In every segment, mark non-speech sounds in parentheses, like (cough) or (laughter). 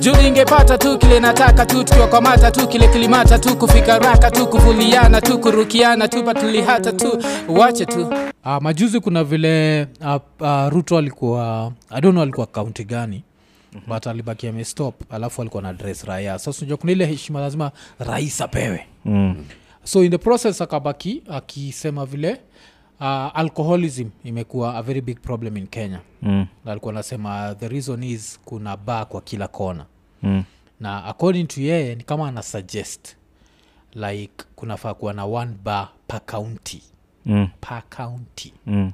juu ningepata tu kile nataka tu tukiwakwamata tu kile kilimata tu kufika raka tu kuvuliana tu kurukiana tu patulihata tu wache tu uh, majuzi kuna vile uh, uh, ruto alikuwa i don't know alikuwa kaunti gani mm-hmm. but alibaki amestop alafu alikuwa na dress raya sasa unajua kuna ile heshima lazima rais apewe mm. so in the process akabaki akisema vile uh, alcoholism imekuwa a very big problem in kenya Mm. Na alikuwa anasema the reason is kuna baa kwa kila kona Mm. na according to yeye ni kama ana suggest like kunafaa kuwa na one bar per county Mm. per county Mm.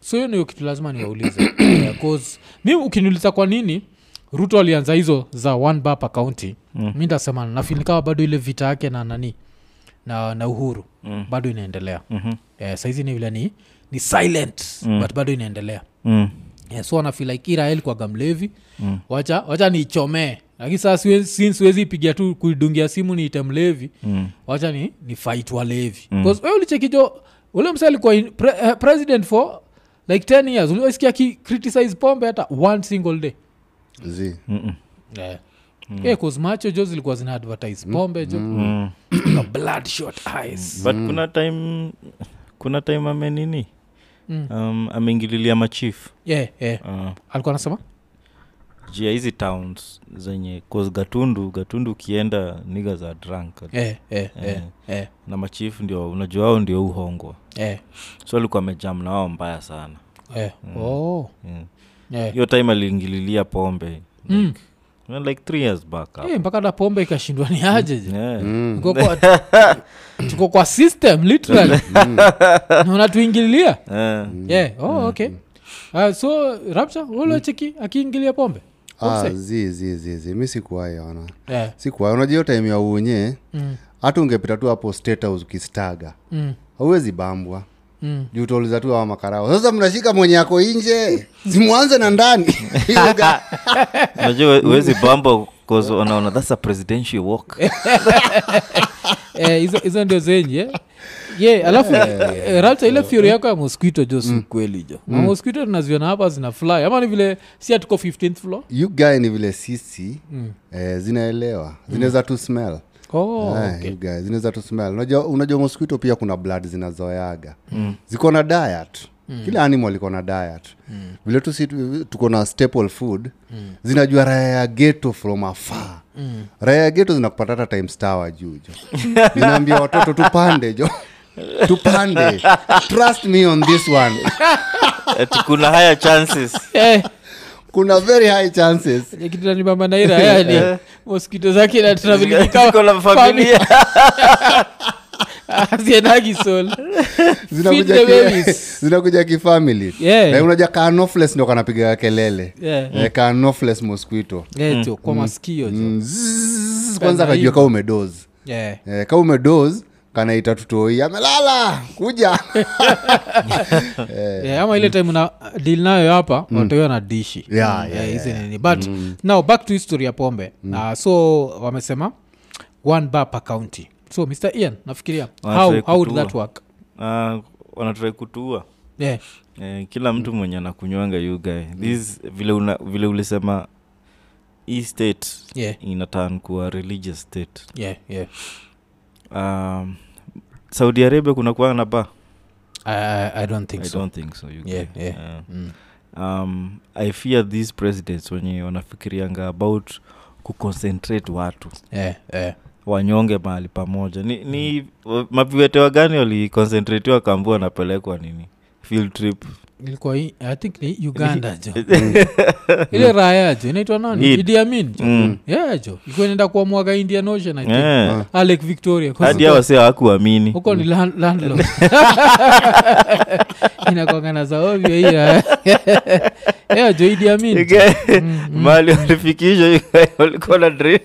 so hiyo niyo kitu lazima (coughs) niwaulize Yeah, 'cause mi ukiniuliza kwa nini ruto alianza hizo za one bar per county mm. mi ntasemana nafinikama bado ile vita yake na nani na, na uhuru mm. bado inaendelea mm-hmm. yeah, saizi ni vile ni, ni silent mm. but bado inaendelea Mm. yeah, so anafil like irael kwa gamlevi mm. wacha, wacha niichomee lakini saa siwezi- since siwezi pigia tu kuidungia simu niite mlevi mm. wacha ni, ni fight walevi mm. ulichekijo ule mse alikuwa in- pre, eh, president for like 10 years uliwasikia akicriticize pombe hata one single day z yeah. Mm. Yeah, 'cause macho jo zilikuwa zina advertise pombe jo mm. bloodshot eyes but kuna time kuna time amenini mm. um, ameingililia machief yeah, yeah. uh, alikuwa anasema jia hizi towns zenye cause gatundu gatundu ukienda niga za drunk yeah, yeah, yeah. Eh. Yeah. Yeah, na machief ndio unajua wao ndio uhongwa yeah, so alikuwa amejam na wao mbaya sana yeah. Oh. Yeah. Yeah. hiyo time aliingililia pombe Mm. Well, like three years back up. Eh, mpaka da pombe ikashindwa ni aje je Yeah. Tuko kwa- (coughs) tuko kwa system literally (laughs) Na unatuingililia Eh. yeah. oh, okay uh, so rapture ulacheki akiingilia pombe Ah, z z z z mi sikuwahi ona yeah. sikuwahi unajua hiyo time ya uunye hata ungepita tu hapo state house ukistaga mm. hauwezi bambwa Mm. juu utauliza tu awa makarao sasa mnashika mwenye yako nje simwanze na ndani Hiyo ga- unajua huwezi bamba cause unaona thats a presidential (laughs) walk Eh, hizo hizo ndio zenye eh? ye alafu eh, rapture ile fyuri yako ya mosquito jo si kweli jo Na mosquito tunaziona hapa zina fly ama ni vile si atuko 15th floor you guy ni vile sisi eh, zinaelewa zinaweza tu smell oh, Eh, okay. you guys, zinaweza tu smell unajua, unajua mosquito pia kuna blood zinazoyaga mm. ziko na diet mm. kila animal iko na diet mm. vile tu si tu- tuko na staple food mm. zinajua raya ya geto from afar mm. raya ya geto zinakupata hata times tower juu jo (laughs) zinaambia watoto tupande jo tupande trust me on this one Ati kuna higher chances Eh, kuna very high chances kitu nanibamba naira yani moskito zake Ziko na familia. (laughs) natravilikiaziendagisol Feed zinakuja the ki, babies. (laughs) zinakuja kifamili Yeah. na unaja kanofles ndo kanapiga kelele Eh, kanofles mosquito Eh, kwa maskio jo. Mm. Zzz, kwanza Kana akajua hivyo. kaa umedoz Yeah. eh, kaa umedoz kanaita tutoi amelala (laughs) kuja Eh. Yeah, ama ile time na dil nayo hapa watoiwa na dishi Mm. Yeah, yeah, Mm. Eh, hizi nini but now back to history ya pombe na so wamesema one bar per county so mr ian nafikiria how, Wanafai how would kutua. that work uh, wanatrai kutuua yeah. eh, kila mtu mwenye anakunywanga you guy this vile, una, vile ulisema hii state Yeah. inatan kuwa religious state Yeah, yeah. um, saudi arabia kuna kuwa na ba I, I don't think i so don't think so you Yeah, guy. yeah. Eh. Mm. um, i fear these presidents wenye wanafikirianga about kuconcentrate watu Yeah, yeah. wanyonge mahali pamoja ni, ni Mm. wa- maviwetewa gani walikonsentratiwa kambua wanapelekwa nini field trip ilikuwa hii- i think ni uganda (laughs) jo ile raya jo inaitwa nani Indeed. Idi Amin jo Mm. yeah jo ilikuwa inaenda kuwa mwaga indian ocean I think. Eh, Ah. Lake victoria 'cause hadi huko- awase (laughs) hawakuamini huko ni land- (laughs) landlord inakwangana za ovyo hiyo (laughs) yeah jo Idi Amin jo. mm. mali walifikishwa (laughs) walikuwa na dream.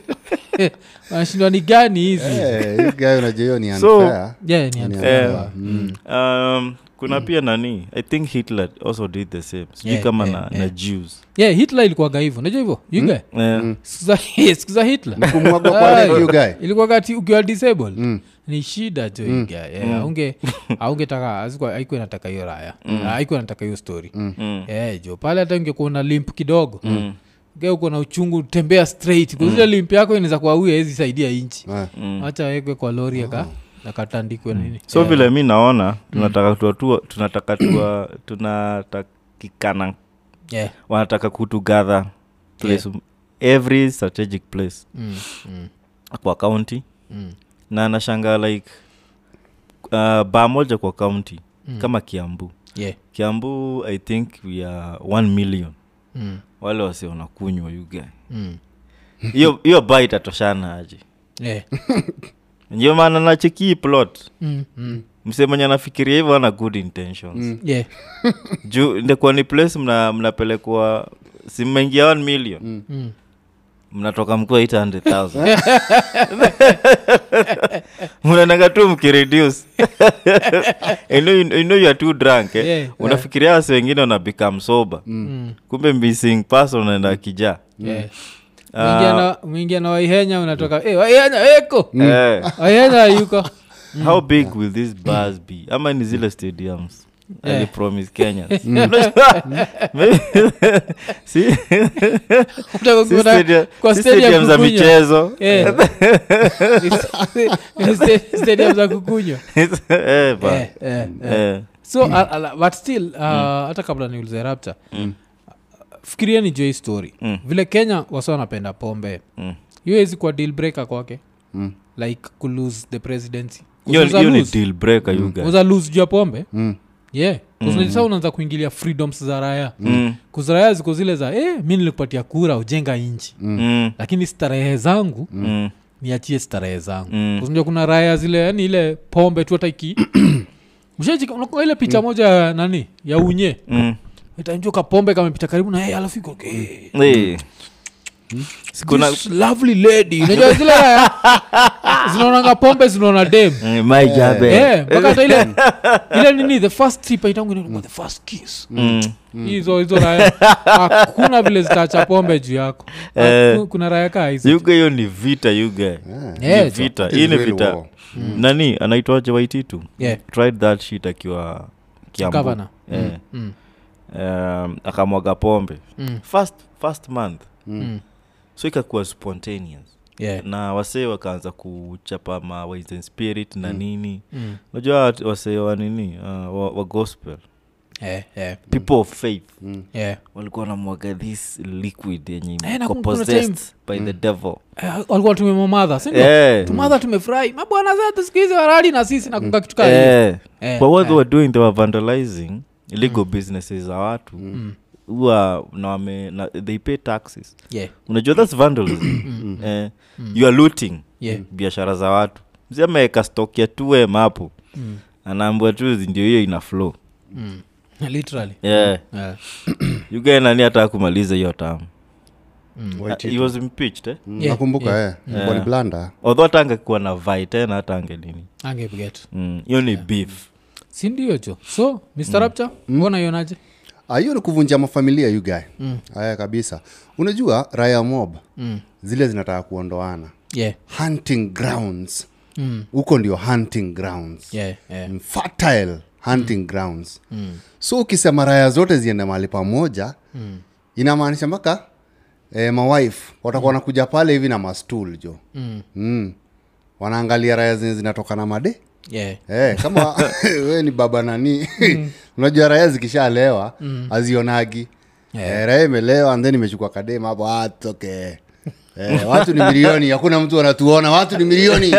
wanashindwa ni gani hizi Eh, you guy unajua hiyo ni So- unfair. yeah ni Ni unfair. Eh. unfair. Mm. um, kuna pia nani i think hitler also did the same sijui Yeah, kama yeah, na, na yeah. Mm. jews yeah hitler ilikuwaga hivyo unajua hivyo you guy? Eh, Siku za- (laughs) siku za hitler kumwagwa kwa Ai. reki, you guy Mm. ilikuwa kati ukiwa disable ni shida jo iga Mm. (laughs) aunge aungetaka aiko nataka Mm. hiyo raya aiko nataka hiyo story mm. jo pale hata ungekuwa na limp kidogo mm. ge uko na uchungu tembea straight mm. ile limpi yako inaweza kuwa huyu awezi saidia inchi Eh. Mm. wacha awekwe kwa Ah. lori aka akatandikwe Mm. nini so vile mi Mm. naona tunataka tuwa- tuwa- tunataka (clears throat) tuwa- tunatakikana yeah. wanataka kutugather place every strategic place mm. Mm. kwa county Mm. na nashanga like uh, baa moja kwa county mm. kama kiambu Yeah. kiambu i think we are 1 million Mm. wale wasi wanakunywa yuga Mm. hiyo hiyo baa itatoshana aje Yeah. ndio maana nacheki hii plot Mm. Mm. msemenye anafikiria hivyo ana good intentions mm. Yeah. juu ndekuwa ni place mna, mnapelekwa si mmeingia 1 million mm. Mm. mnatoka mkiwa (laughs) 800000 mnanaga (laughs) tu mkireduce I know you, you know you are too drunk eh? Yeah. unafikiria wasi wengine wana become sober Mm. kumbe missing person unaenda kijaa Mm. Yeah. Ah. Mwingia na- mwingia na waihenya unatoka eh, waihenya eko eh, Mm. waihenya yuko Mm. how big will these bars be ama ni zile stadiums Yeah. yeah. promise kenya Mm. (laughs) si, Unataka si kuona- stadia- kwa si stadium stadium za kukunywa. michezo (laughs) Eh. Ni sta- stadium za (laughs) kukunywa Eh, (laughs) ba. Eh, eh, eh. Eh. so al- ala- but still uh, Mm. hata kabla niulize rapta fikiria ni joi story Mm. vile kenya wasa wanapenda pombe Mm. hiyo hezi kwa deal breaker kwake Mm. like kulose the presidency 'Cause Hiyo- unaeza hiyo ni lose. deal breaker you guys. Unaeza lose juu ya pombe Mm. yeah 'Cause unajua unaanza kuingilia freedoms za raya Mm, kuzaraya ziko zile za eh, mi nilikupatia kura ujenga nchi mm, lakini starehe zangu mm, niachie starehe zangu Mm. mm. kuna raya zile yani ile pombe tu hata (clears throat) iki Ushajika- unakumbuka ile picha moja ya nani ya unye mm. itanjua kapombe kamepita karibu na yeye alafu iko "Eh, Eh. Sikuna- this lovely lady unajua (laughs) zile raya zinaonanga pombe zinaona dem Eh, my job, eh. Eh, mpaka hata ile (laughs) ile nini the first trip aitangu inakuwa the first kiss Mm. hizo hizo (laughs) raya hakuna vile zitaacha pombe juu yako Eh. Haku- kuna raya kaa hizo Eh, You guys, hiyo ni vita you guys. Yeah. Yeah, Ni jo. vita It is hii ni really vita war. nani anaitwaje waititu Yeah. tried that shit akiwa Kiambu. Governor. Eh. Mm. Um, akamwaga pombe Mm. first, first month Mm. so ikakuwa spontaneous Yeah. na wasee wakaanza kuchapa ma Wise and spirit na nini Mm. unajua wat- wasee wa nini uh, wa, wa gospel Eh, eh, people of faith yeah. walikuwa wanamwaga this liquid yenye Eh, na kuna- iko kuna possessed by the devil Eh, walikuwa tumemomadha sindio Eh, tumadha tumefurahi mabwana zetu siku hizi warali na sisi nakunga kitu kaa hiyo. eh. Eh, but what eh. Mm. they were doing they were vandalizing illegal businesses za watu huwa na wame na, they pay taxes Yeah, unajua that's vandalism eh, you are looting Mm. yeah. biashara za watu mzee ameweka stock ya 2m hapo Mm. anaambua tu ndio hiyo ina flow Mm. (laughs) literally yeah. Eh, you guys nani hata kumaliza hiyo tamu White he was impeached eh? Mm, Yeah, nakumbuka yeah. eh, waliblanda although hata angekuwa na vai tena hata ange nini angepiget Mm, hiyo ni beef sindio jo so mr Mm. rapta mbona ionaje Ah, hiyo ni kuvunja mafamilia you guy Mm. haya kabisa unajua raya mob zile zinataka kuondoana yeah hunting grounds Mm. huko ndio hunting grounds yeah yeah Mm, fertile hunting grounds so ukisema raya zote ziende mahali pamoja mm. inamaanisha mpaka eh, mawife watakuwa wanakuja pale hivi na mastul jo Mm. mm. wanaangalia raya zenye zinatoka na made yeah Eh, kama we ni baba nani unajua raya zikishalewa mm. azionagi Eh, raya imelewa and then imechukua kadema hapo ah, it's okay. Eh, watu ni milioni hakuna mtu anatuona watu ni milioni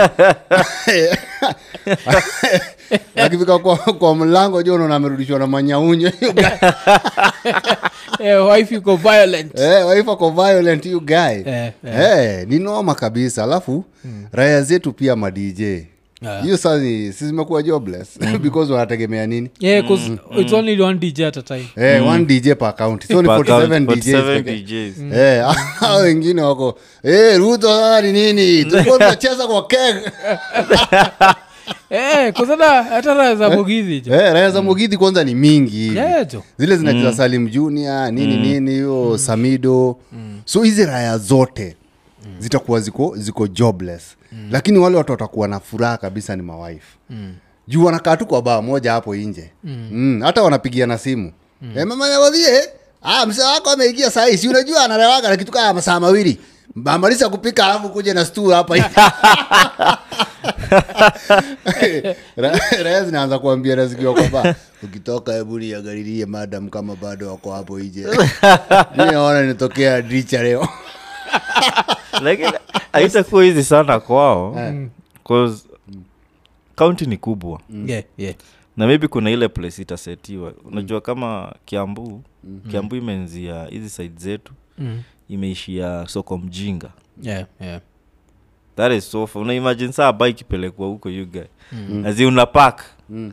akifika kwa, kwa mlango jo unaona amerudishwa na manyaunyo you guy. Eh, wife yuko violent Eh, waifa kwa violent you guy Eh, Eh, ni noma kabisa alafu raya zetu pia madj hiyo sasa ni- si zimekuwa jobless (laughs) because wanategemea nini yeah 'cause Mm. it's only one dj at a time Eh, one dj per account so ni Per count, 47 DJs 47 pekee. DJs. Eh, (laughs) hao wengine wako eh, ruto sasa ni nini tulikuwa tunacheza kwa keg eh kuzana hata raha za bugizi jo Eh, raya za mogidhi kwanza ni mingi hivi. yeah jo zile zinacheza salim junior nini nini hiyo samido so hizi raya zote zitakuwa ziko ziko jobless lakini wale watu watakuwa na furaha kabisa ni mawaifu juu wanakaa tu kwa baa moja hapo inje mm. hata wanapigiana simu mm. e, Eh, mama yawadhie ah, mzee wako ameingia sahii si unajua anarewaga na kitu kaa masaa mawili amaliza kupika alafu kuja na stuu hapa hivi. (laughs) Ra- raya zinaanza kuambia razikiwa kwamba ukitoka hebu niangalilie madam kama bado wako hapo (laughs) ije mi naona inatokea dicha leo lakini haitakuwa hizi sana kwao 'cause kaunti ni kubwa Mm. yeah, yeah. na maybe kuna ile place itasetiwa unajua kama kiambu kiambu imeanzia hizi side zetu Mm. imeishia soko mjinga Yeah, yeah. that is so far. unaimagine saa bike ikipelekwa huko yuga mm. azi unapak Mm.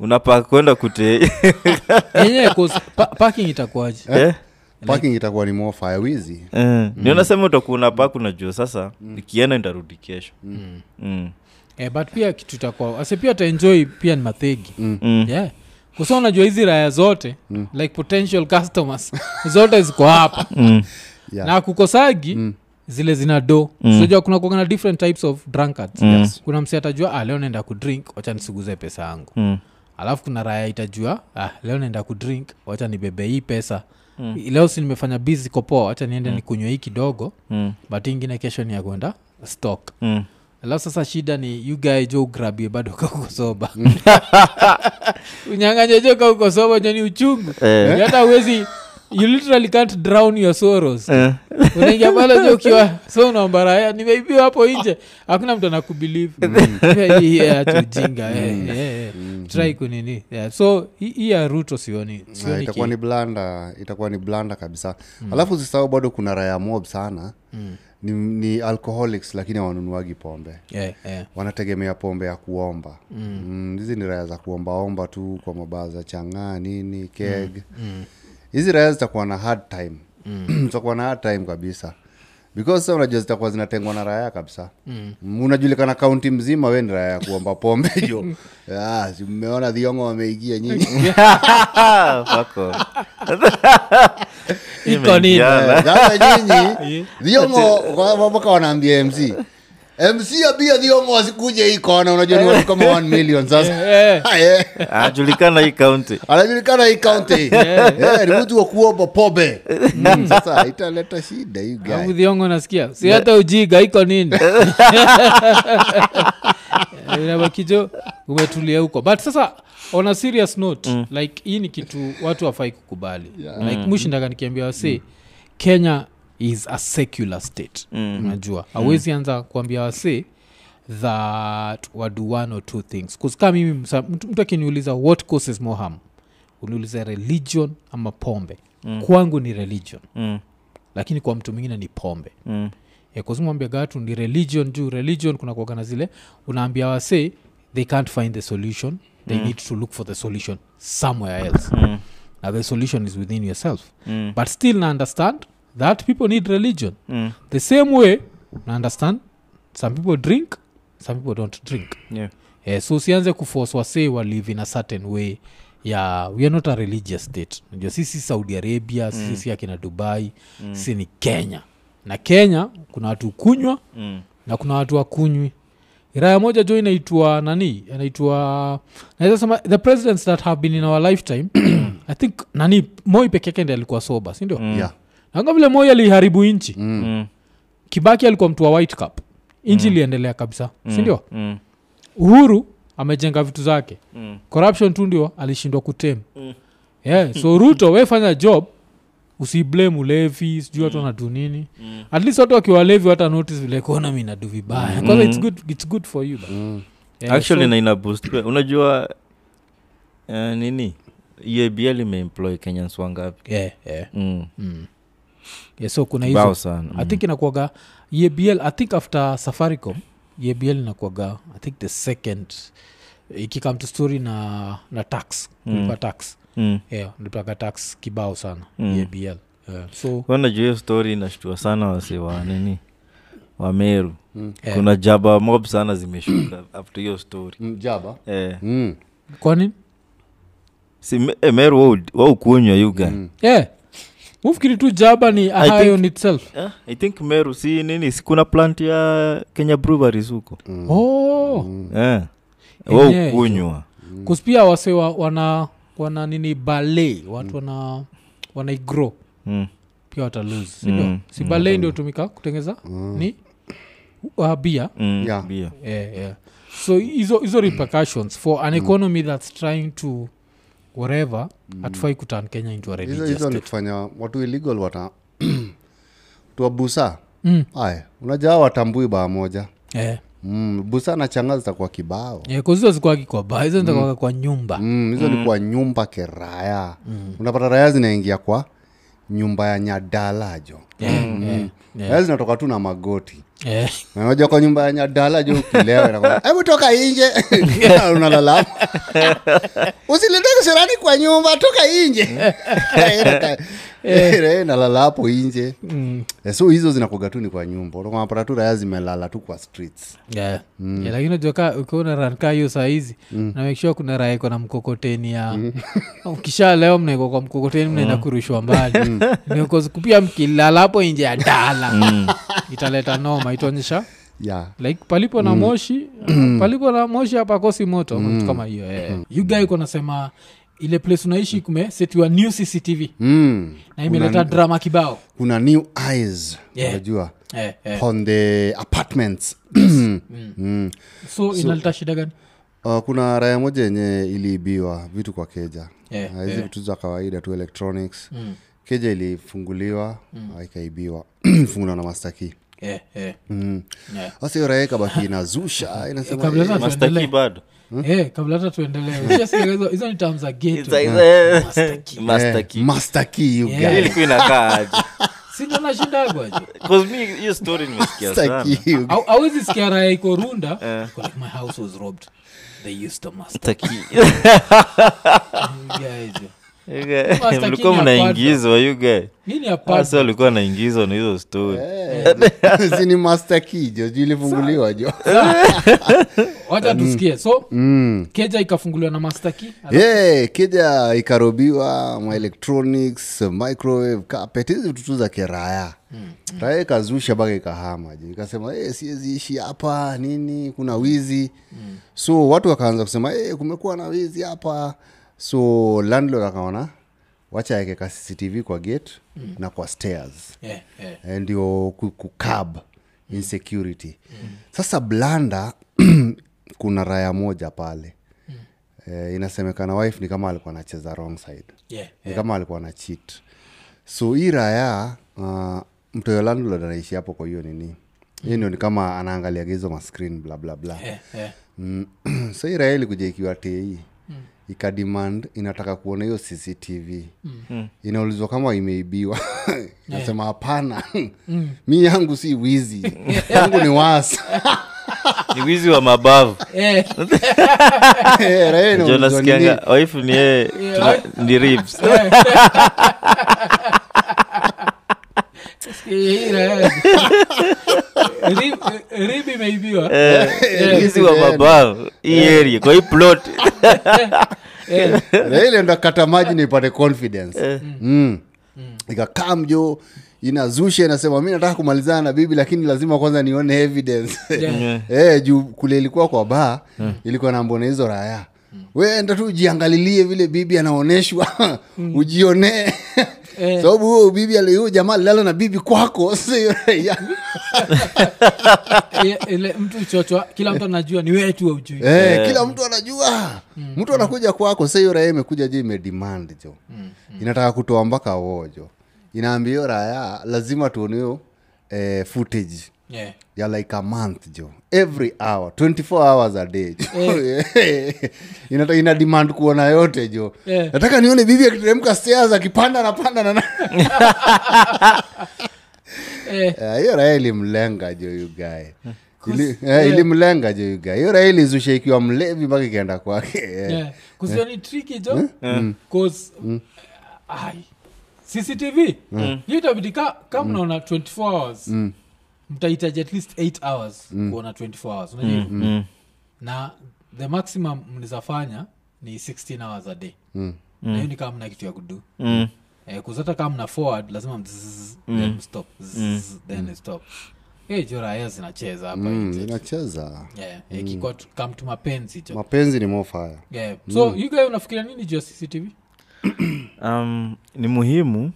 unapak kwenda kute (laughs) yenyewe 'cause pa- parking itakuwaje Eh? (laughs) parking itakuwa ni mofa ya wizi Eh, ni unasema utakuwa unapak unajua sasa ikienda ndarudi kesho Mm. eh, but pia kitu itakuwa ase pia utaenjoy pia ni mathegi Mm. yeah kusa unajua hizi raya zote mm. like potential customers zote ziko hapa Yeah. na kukosagi mm. zile zina do mm. sinajua kuna kuwaga na different types of drunkards kuna msi atajua ah, leo naenda kudrink wacha nisiguze pesa yangu Mm. alafu kuna raya itajua ah, leo naenda kudrink wacha nibebe hii pesa mm. leo si nimefanya bizi kopoa wacha niende mm. nikunywe hii kidogo Mm. but hii ingine kesho ni ya kwenda stock Mm. alafu sasa shida ni yugae jo ugrabie bado kakukosoba (laughs) unyanganye jo kakukosoba jo ni uchungu (laughs) Eh. Ni hata uwezi you literally can't drown your sorrows Eh. unaingia pale jo ukiwa so unaomba raya nimeibiwa hapo nje hakuna mtu anakubilivu ujinga eh, eh, eh. try kunini yeah. so hii- hii ya ruto sioni Ah, sioni itakuwa ki- ni blanda itakuwa ni blanda kabisa mm. alafu zisahau bado kuna raya mob sana mm. ni, ni alcoholics lakini wanunuagi pombe eh, eh. wanategemea pombe ya kuomba mm. Mm, hizi ni raya za kuombaomba tu kwa mabaa za changaa nini keg hizi mm. raya zitakuwa na hard time mm. (clears throat) zitakuwa na hard time kabisa because sasa unajua zitakuwa zinatengwa na raya kabisa mm. unajulikana kaunti mzima we ni raya ya kuomba pombe (laughs) jo Ah, si mmeona dhiongo wameingia (laughs) nyinyi Ah, Fuck off. (laughs) iko nini Imeingiana. sasa nyinyi dhiongo kwa- mpaka wanaambia mc mc abia dhiongo wasikuje hii kona unajua ni watu kama 1 million sasa Eh, (laughs) Eh. ajulikana hii kaunti anajulikana hii (laughs) kaunti Eh, ni mtu wa kuomba pobe Mm, sasa italeta shida hii guy. alafu dhiongo nasikia si hata ujiga iko nini (laughs) nabakijo umetulia huko but sasa on a serious note mm. like hii ni kitu watu wafai kukubali yeah. Mm. like mushindaka nikiambia wasi kenya is a secular state mm. unajua awezi anza kuambia wasi that wadu one or two things kusikaa mimi msa- mtu mtu akiniuliza what causes more harm uniulize religion ama pombe mm. kwangu ni religion Mm. lakini kwa mtu mwingine ni pombe Eh, Mm. kuzimwambia gatu ni religion juu religion kuna kuagana zile unaambia wase they can't find the solution they mm. need to look for the solution somewhere else mm. na the solution is within yourself mm. but still na understand that people need religion Mm. the same way na understand some people drink some people don't drink Yeah. eh, so usianze kuforce wasee wa live in a certain way ya we are not a religious state najua sisi saudi arabia mm. sisi akina dubai mm. si ni kenya na kenya kuna watu kunywa Mm. na kuna watu wakunywi raya moja jo inaitwa nani inaitwa naweza sema the presidents that have been in our lifetime (clears throat) i think nani moi peke yake ndi alikuwa soba sindio mm. Yeah. nanga vile moi aliharibu nchi mm. Mm. kibaki alikuwa mtu wa white cup nchi iliendelea kabisa mm. sindio Mm. uhuru amejenga vitu zake Mm. corruption tu ndio alishindwa kutem yeah, (laughs) so ruto wefanya job usiblame ulevi sijui Mm. watu wanadu nini at least watu wakiwalevi wata notice vile kuona mi nadu vibaya kwanza it's good, it's good for you but. Yeah, Mm. actually so- na ina boost pia. unajua uh, nini E uabl imeemploy kenyans wangapi yeah, yeah. mm. Yeah, so kuna bao hizo sana i think inakuaga ebl i think after safaricom E ebl inakuaga i think the second ikikam to story na na tax kulipa tax mm. yeah, nilipaga tax kibao sana Mm. abl yeah. so Kwa najua hiyo story inashtua sana wase wa nini wameru Mm. Eh. kuna jaba mob sana zimeshuka after hiyo story Mm, jaba eh. Mm. kwani si me- eh, meru wa ud- wa ukunywa yuga Mm. yeah. ufikiri tu jaba ni a I high think- on itself Ah, i think meru si nini si kuna plant ya kenya breweries huko Mm. oh eh. wa Yenyewe. ukunywa kuspia wase wa, wana wana nini bale watu wana wanaigrow mm. pia watalose sindio Mm, mm, si balei ndio tumika kutengeza mm. ni uh, bia Mm. Yeah. Bia. yeah, yeah. so hizo hizo repercussions for an economy that's trying to whatever atufai kutan kenya into a hizo religious hizo ni state. kufanya watu illegal wata (clears throat) tuwabusa mm. aya unajaa watambui baa moja Eh, mm, busa na changa zitakuwa kibao eh, 'cause hizo zikuwagi kwa baa hizo zitakuwaga kwa nyumba Mm, hizo mm, ni kwa nyumba keraya mm. unapata raya zinaingia kwa nyumba ya nyadalajo Yeah, Mm. yeah, yeah. raya zinatoka tu na magoti Eh, naja kwa nyumba ya nyadalajo ukilewa inakwambia, hebu toka nje (laughs) unalalama usilete kisirani kwa nyumba toka (laughs) nje Eh. nalala hapo nje Mm. Eh, so hizo zinakuga tu ni kwa nyumba unakwambia tu raya zimelala tu kwa streets yeah. Yeah, lakini najua ka ukiona ran kaa hiyo saa hizi na make sure kuna raha iko na mkokoteni ya (laughs) ukisha leo mnaekwa kwa mkokoteni mnaenda kurushwa (laughs) mbali nikuzikupia mkilala hapo nje ya dala italeta noma itaonyesha yeah. like palipo na (clears throat) moshi uh, palipo na moshi hapakosi moto ama kitu kama hiyo eh. you guy uko nasema ile place unaishi kumesetiwa new cctv mm. na imeleta drama kibao kuna new eyes Yeah. unajua eh, eh. Mm. on the apartments (clears throat) Mm. so inaleta shida gani Uh, kuna raya moja yenye iliibiwa vitu kwa keja Yeah, Na hizi yeah. vitu za kawaida tu electronics Eh, mm. keja ilifunguliwa mm. ikaibiwa (clears throat) funguliwa na mastaki eh, eh. Yeah. sasa hiyo raya (laughs) ikabaki inazusha inasema Kabla "Eh, hata Master tuendelee. Key bado Eh, kabla hata tuendelee Ushasikia hizo- hizo ni terms za ghetto. eh, (laughs) Master Key. Yaani Master Key, you Yeah. guy." ilikuwa inakaa (laughs) aje? Si ndio nashindagwa je? 'Cause mi hiyo story nimesikia Master sana Key, (laughs) you guy. Au- hawezi sikia raha iko runda Iko like my house was robbed they used the master Master Key. (laughs) guys Okay. Key mlikuwa ni mnaingizwa you guy nini apart hasa walikuwa naingizwa na hizo story Si ni Master Key, jo juu ilifunguliwa jo wacha tusikie so keja ikafunguliwa na master key yeah, keja ikarobiwa ma electronics microwave carpet hizi vitu tu za kiraya raya ikazusha mpaka ikahama ji ikasema hey, siwezi ishi hapa nini kuna wizi so watu wakaanza kusema hey, kumekuwa na wizi hapa so landlord akaona wacha aweke ka cctv kwa gate na kwa stairs Eh, eh. Eh, ndio ku- kukab insecurity sasa blanda (clears throat) kuna raya moja pale eh, inasemekana wife ni kama alikuwa anacheza wrong side Yeah. ni kama alikuwa na cheat so hii raya uh, mtoyo landlord anaishi hapo kwa hiyo nini hiyo ndio ni kama anaangalia hizo mascreen bla bla bla Eh, eh. Mm. (clears throat) so irael ilikuja ikiwa ti ikademand inataka kuona hiyo cctv mm. inaulizwa kama (laughs) imeibiwa nasema hapana (laughs) mi yangu si (laughs) wizi yangu ni (laughs) wasa ni wizi wa mabavu Eh, Eh, Raila Jo, inaulizwa nasikianga nini? wife "Oh, ni yeye tuna- ni ribs sikia hii raha. Rib- rib imeibiwa (laughs) Eh, wizi wa mabavu hii area kwa hii (laughs) plot Eh, Raila ndo akata maji nipate confidence Mm. ikakaa mjo inazusha inasema mi nataka kumalizana na bibi lakini lazima kwanza nione evidence Yeah. (laughs) Eh, juu kule ilikuwa kwa baa ilikuwa na mbona hizo raya wenda tu ujiangalilie vile bibi anaonyeshwa (laughs) ujionee (laughs) sababu huo bibi ali- huyo jamaa alilala na bibi kwako (laughs) sio raia eh, ile mtu chochwa kila mtu anajua ni wewe tu aujui Eh, kila mtu anajua Mm. mtu anakuja kwako sa hiyo raya imekuja jo imedemand jo Mm, inataka kutoa mpaka wojo inaambia hiyo raya lazima tuoneo eh, footage Yeah. ya like a month jo every hour 24 hours a day jo (laughs) ina, ina demand kuona yote jo Eh. nataka nione bibi akiteremka stairs akipanda anapanda na (laughs) na- Eh, Eh, hiyo raha ilimlenga jo yugae Ili, eh, ilimlenga jo yugae hiyo raha ilizusha ikiwa mlevi mpaka ikienda kwake eh. yeah. 'Cause hiyo ni tricky jo 'Cause, uh, ai, cctv hiyo itabidi ka- ka mnaona 24 uh, hours mtahitaji at least 8 hours kuona 24 hours unajua hivyo? Hmm. Mm. na the maximum mnizafanya ni 16 hours a day Na hiyo ni kama mna kitu ya kudu eh, kuzata kama mna forward lazima mzzz, then stop zzz, then stop Eh, jo raya zinacheza hapa Mm, nje. inacheza Yeah, eh, kikuwa tu- kam tu mapenzi jo mapenzi ni mofaya yeah. so you guy unafikiria nini juu ya cctv um, ni muhimu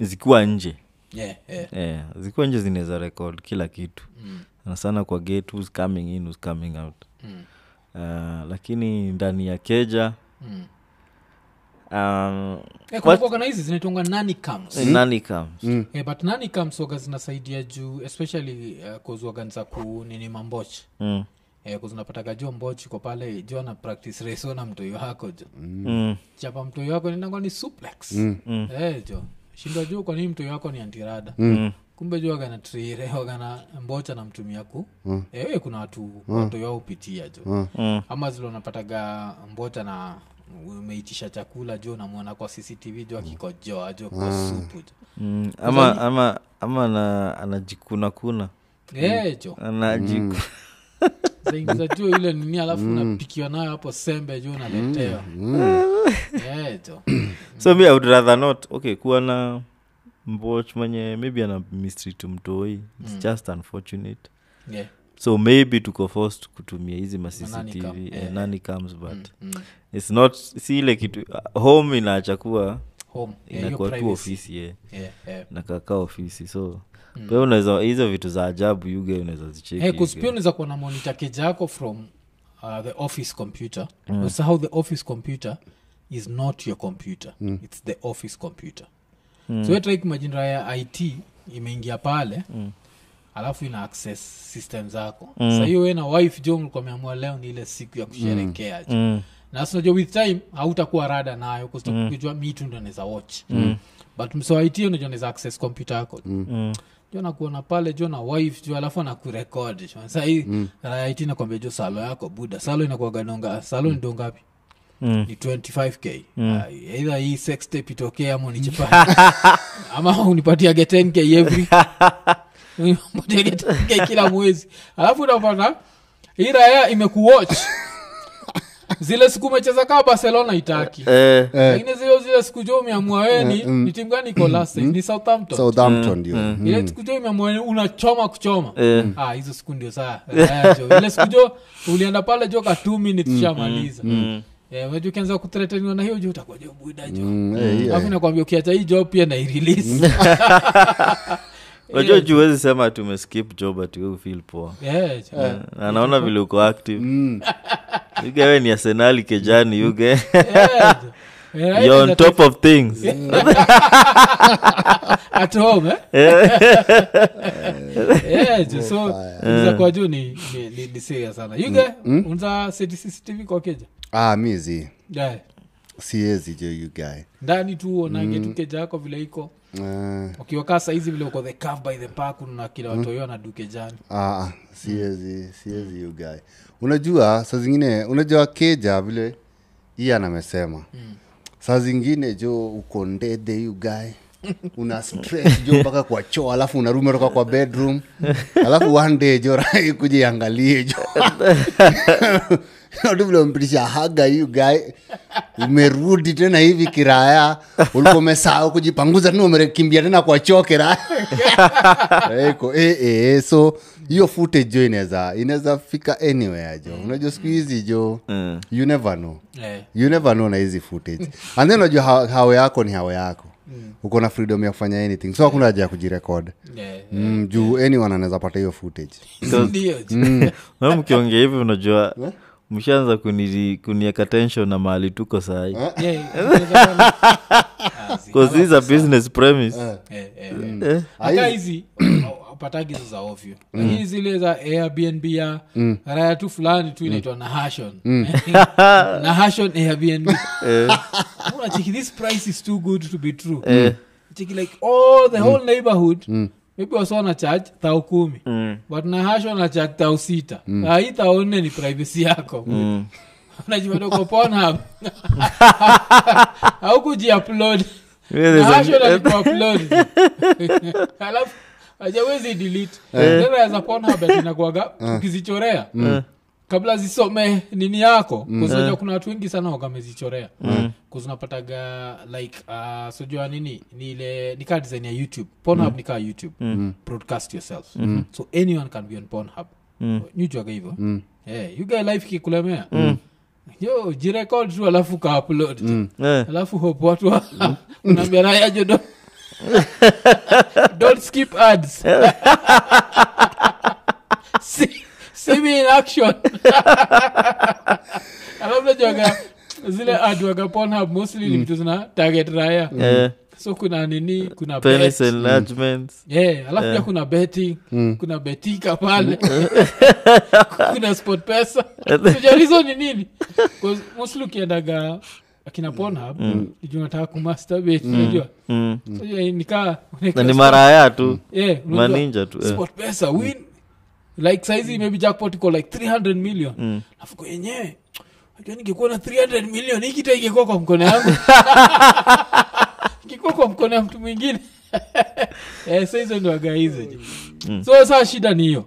zikiwa nje yeah, yeah. yeah, zikiwa nje zinaweza record kila kitu mm. sana sana kwa gate who's coming in who's coming out mm. uh, lakini ndani ya keja Mm. um, Eh, kuna what- kuwaga na hizi zinaitwanga nani comes nani comes mm. Eh, but nani comes waga zinasaidia juu especially uh, kozwaganiza kunini mamboch Mm. eh, kuzinapataga jua mboch iko pale jua na practice reso na mtoyo wako jo Mm. chapa mtoyo wako ninangwa ni suplex mm. eh, jo shindwa juu kwa nini mtoyo wako ni antirada mm. kumbe juu wagana trire (laughs) wagana mbocha namtumia ku mm. eh, kuna watu watoyo wao upitia jo Mm. ama zile unapataga mbocha na umeitisha chakula jo namwona kwa cctv jo akikojoa jo kwa supu jo Mm. ama ama ama ana- anajikunakuna Eh, jo anajiku Mm. zaingiza juu ile nini alafu unapikiwa nayo hapo sembe juu unaletewa Eh, jo (laughs) so mi I would rather not okay kuwa na mboch mwenye maybe ana mystery tumtoi its Mm. just unfortunate yeah. so maybe tuko forced kutumia hizi Manani macctv come, eh, eh. nani comes but mm. its not si ile kitu uh, home inaacha kuwa home Eh, hiyo inakuwa tu privacy. ofisi yeah. Eh, eh. nakaka ofisi so mm. kwahiyo unaweza hizo vitu za ajabu yuge unaweza zicheki Eh, you kuspia guys. unaweza kuwa na monita keja yako from uh, the office computer usahau the office computer is not your computer its the office computer so wetraik majindra ya it imeingia pale alafu ina access system zako mm. sahio we na wife jo mlikuwa mmeamua leo ni ile siku ya kusherekea jo Mm. na sinajua with time hautakuwa rada nayo kusitakujua mm. mitu ndo naweza watch mm. but msoaitie unajua naweza access kompyuta yako mm. jo nakuona pale jo na wife jo alafu anakurekod sahii mm. raiti nakwambia jo salo yako buda salo inakuaganonga salo ni dongapi Mm. ni 25k mm. eidha hii sextep itokee ama unichipaa ama unipatiage 10k every unipatiage 10k kila mwezi alafu unapata hii raya imekuwatch zile siku umecheza kaa barcelona itaki eh, lakini zile zile siku jo umeamua weni ni timu gani iko last ni southampton southampton ndio ile siku jo imeamua weni unachoma kuchoma Hmm. Eh. ah, hizo siku ndio saa (laughs) raya jo. ile siku jo ulienda pale jo ka t minutes Hmm, ushamaliza Eh, unajua ukianza kutreteniwa na hiyo jo utakuwa jo buda jo Hmm, Mm, eh, hiyo, alafu nakwambia ukiacha hii job pia nairelease (laughs) unajua juu huwezi sema ati umeskip job ati we feel poa Eh, jo. Na anaona vile uko active Mm. yuge we ni arsenali kejani yuge (laughs) Eh, jo. Eh, you're on ata- top of things at home eh? (laughs) yeah, ju- so Eh. unza kwa juu ni, ni, ni, ni serious sana yuge Hmm. unza seti cctv kwa keja ah mi zi yeah. siezi jo you guy ndani tu uonange tu keja yako vile iko Ah, ukiwakaa saizi vile uko the calf by the park na kila watoyo na duke jani ah, ah, siezi siezi you guy unajua saa zingine unajua keja vile ian amesema saa zingine jo uko ndedhe you guy una stress jo mpaka kwa choo alafu unarumi toka kwa bedroom alafu one day jo (laughs) rai kuja iangalie jo tu vile umpitisha haga you guy umerudi tena hivi kiraya ulikuwa umesahau kujipanguza tena umekimbia tena kwa choo kiraya eko eh, eh, so hiyo footage jo inaweza inaweza fika anywhere jo unajua siku hizi jo Eh. you never know yeah. you never know na hizi footage and then unajua ha- hawa yako ni hawa yako uko na freedom ya kufanya anything so hakuna haja ya kujirekod yeah. mm, juu anyone anaweza pata hiyo footage Ndiyo, ju- na mkiongea hivi unajua Eh? mshaanza kuni- kunieka tension na mahali tuko (laughs) sahi yeah, unaweza kuona- Ah, zi- Because this is a business premise eh, eh, eh. Eh, hata hizi apatagi hizo za ovyo lakini zile za airbnb ya raya tu fulani tu inaitwa nahashon (laughs) nahashon airbnb unachiki this price is too good to be true Eh. chiki like all the whole neighborhood maybe wasa wana charge thao kumi but nahashon na charge thao sita Ah, hii thao nne ni privacy yako (laughs) unajimadoko (laughs) ponhab au kujiupload yeah, there's a- (laughs) alafuajawezidiliterazaponhabetinakuaga ukizichorea kabla zisome nini yako kusaja kuna watu wengi sana wakamezichorea kuzinapataga like uh, sojua nini ni ile nikaa design ya youtube pornhub nikaa youtube broadcast yourself so Eh, anyone can be on pornhub mm. nijuaga hivyo mm. hey, you guy life ikikulemea yo jirekod tu alafu kaupload Eh. alafu hope watu wa- (laughs) unaambia nayajo do don't skip ads (laughs) see, see me in action (laughs) alafu najuaga zile ad waga pornhub mostly ni vitu zina target raya Eh, so kuna nini kuna penis bet. enlargements. yeah, Eh, alafu Eh. pia kuna betting Hmm. kuna betika pale (laughs) kuna sport (laughs) pesa hizo ni nini 'Cause mostly ukiendaga akina ponhab Hmm. mm. unataka kumasturbate unajua Mm. So, yeah, nikaa na ni maraya tu yeah, Mm. unajua, maninja tu eh. sport pesa win like saizi maybe jackpot iko like 300 million mm. afuko yenyewe najua ningekuwa na 300 million hii kita ingekuwa kwa mkono (laughs) yangu ingekuwa kwa mkono ya mtu (laughs) mwingine eh, sa hizo ndio agaize mm. so saa shida ni hiyo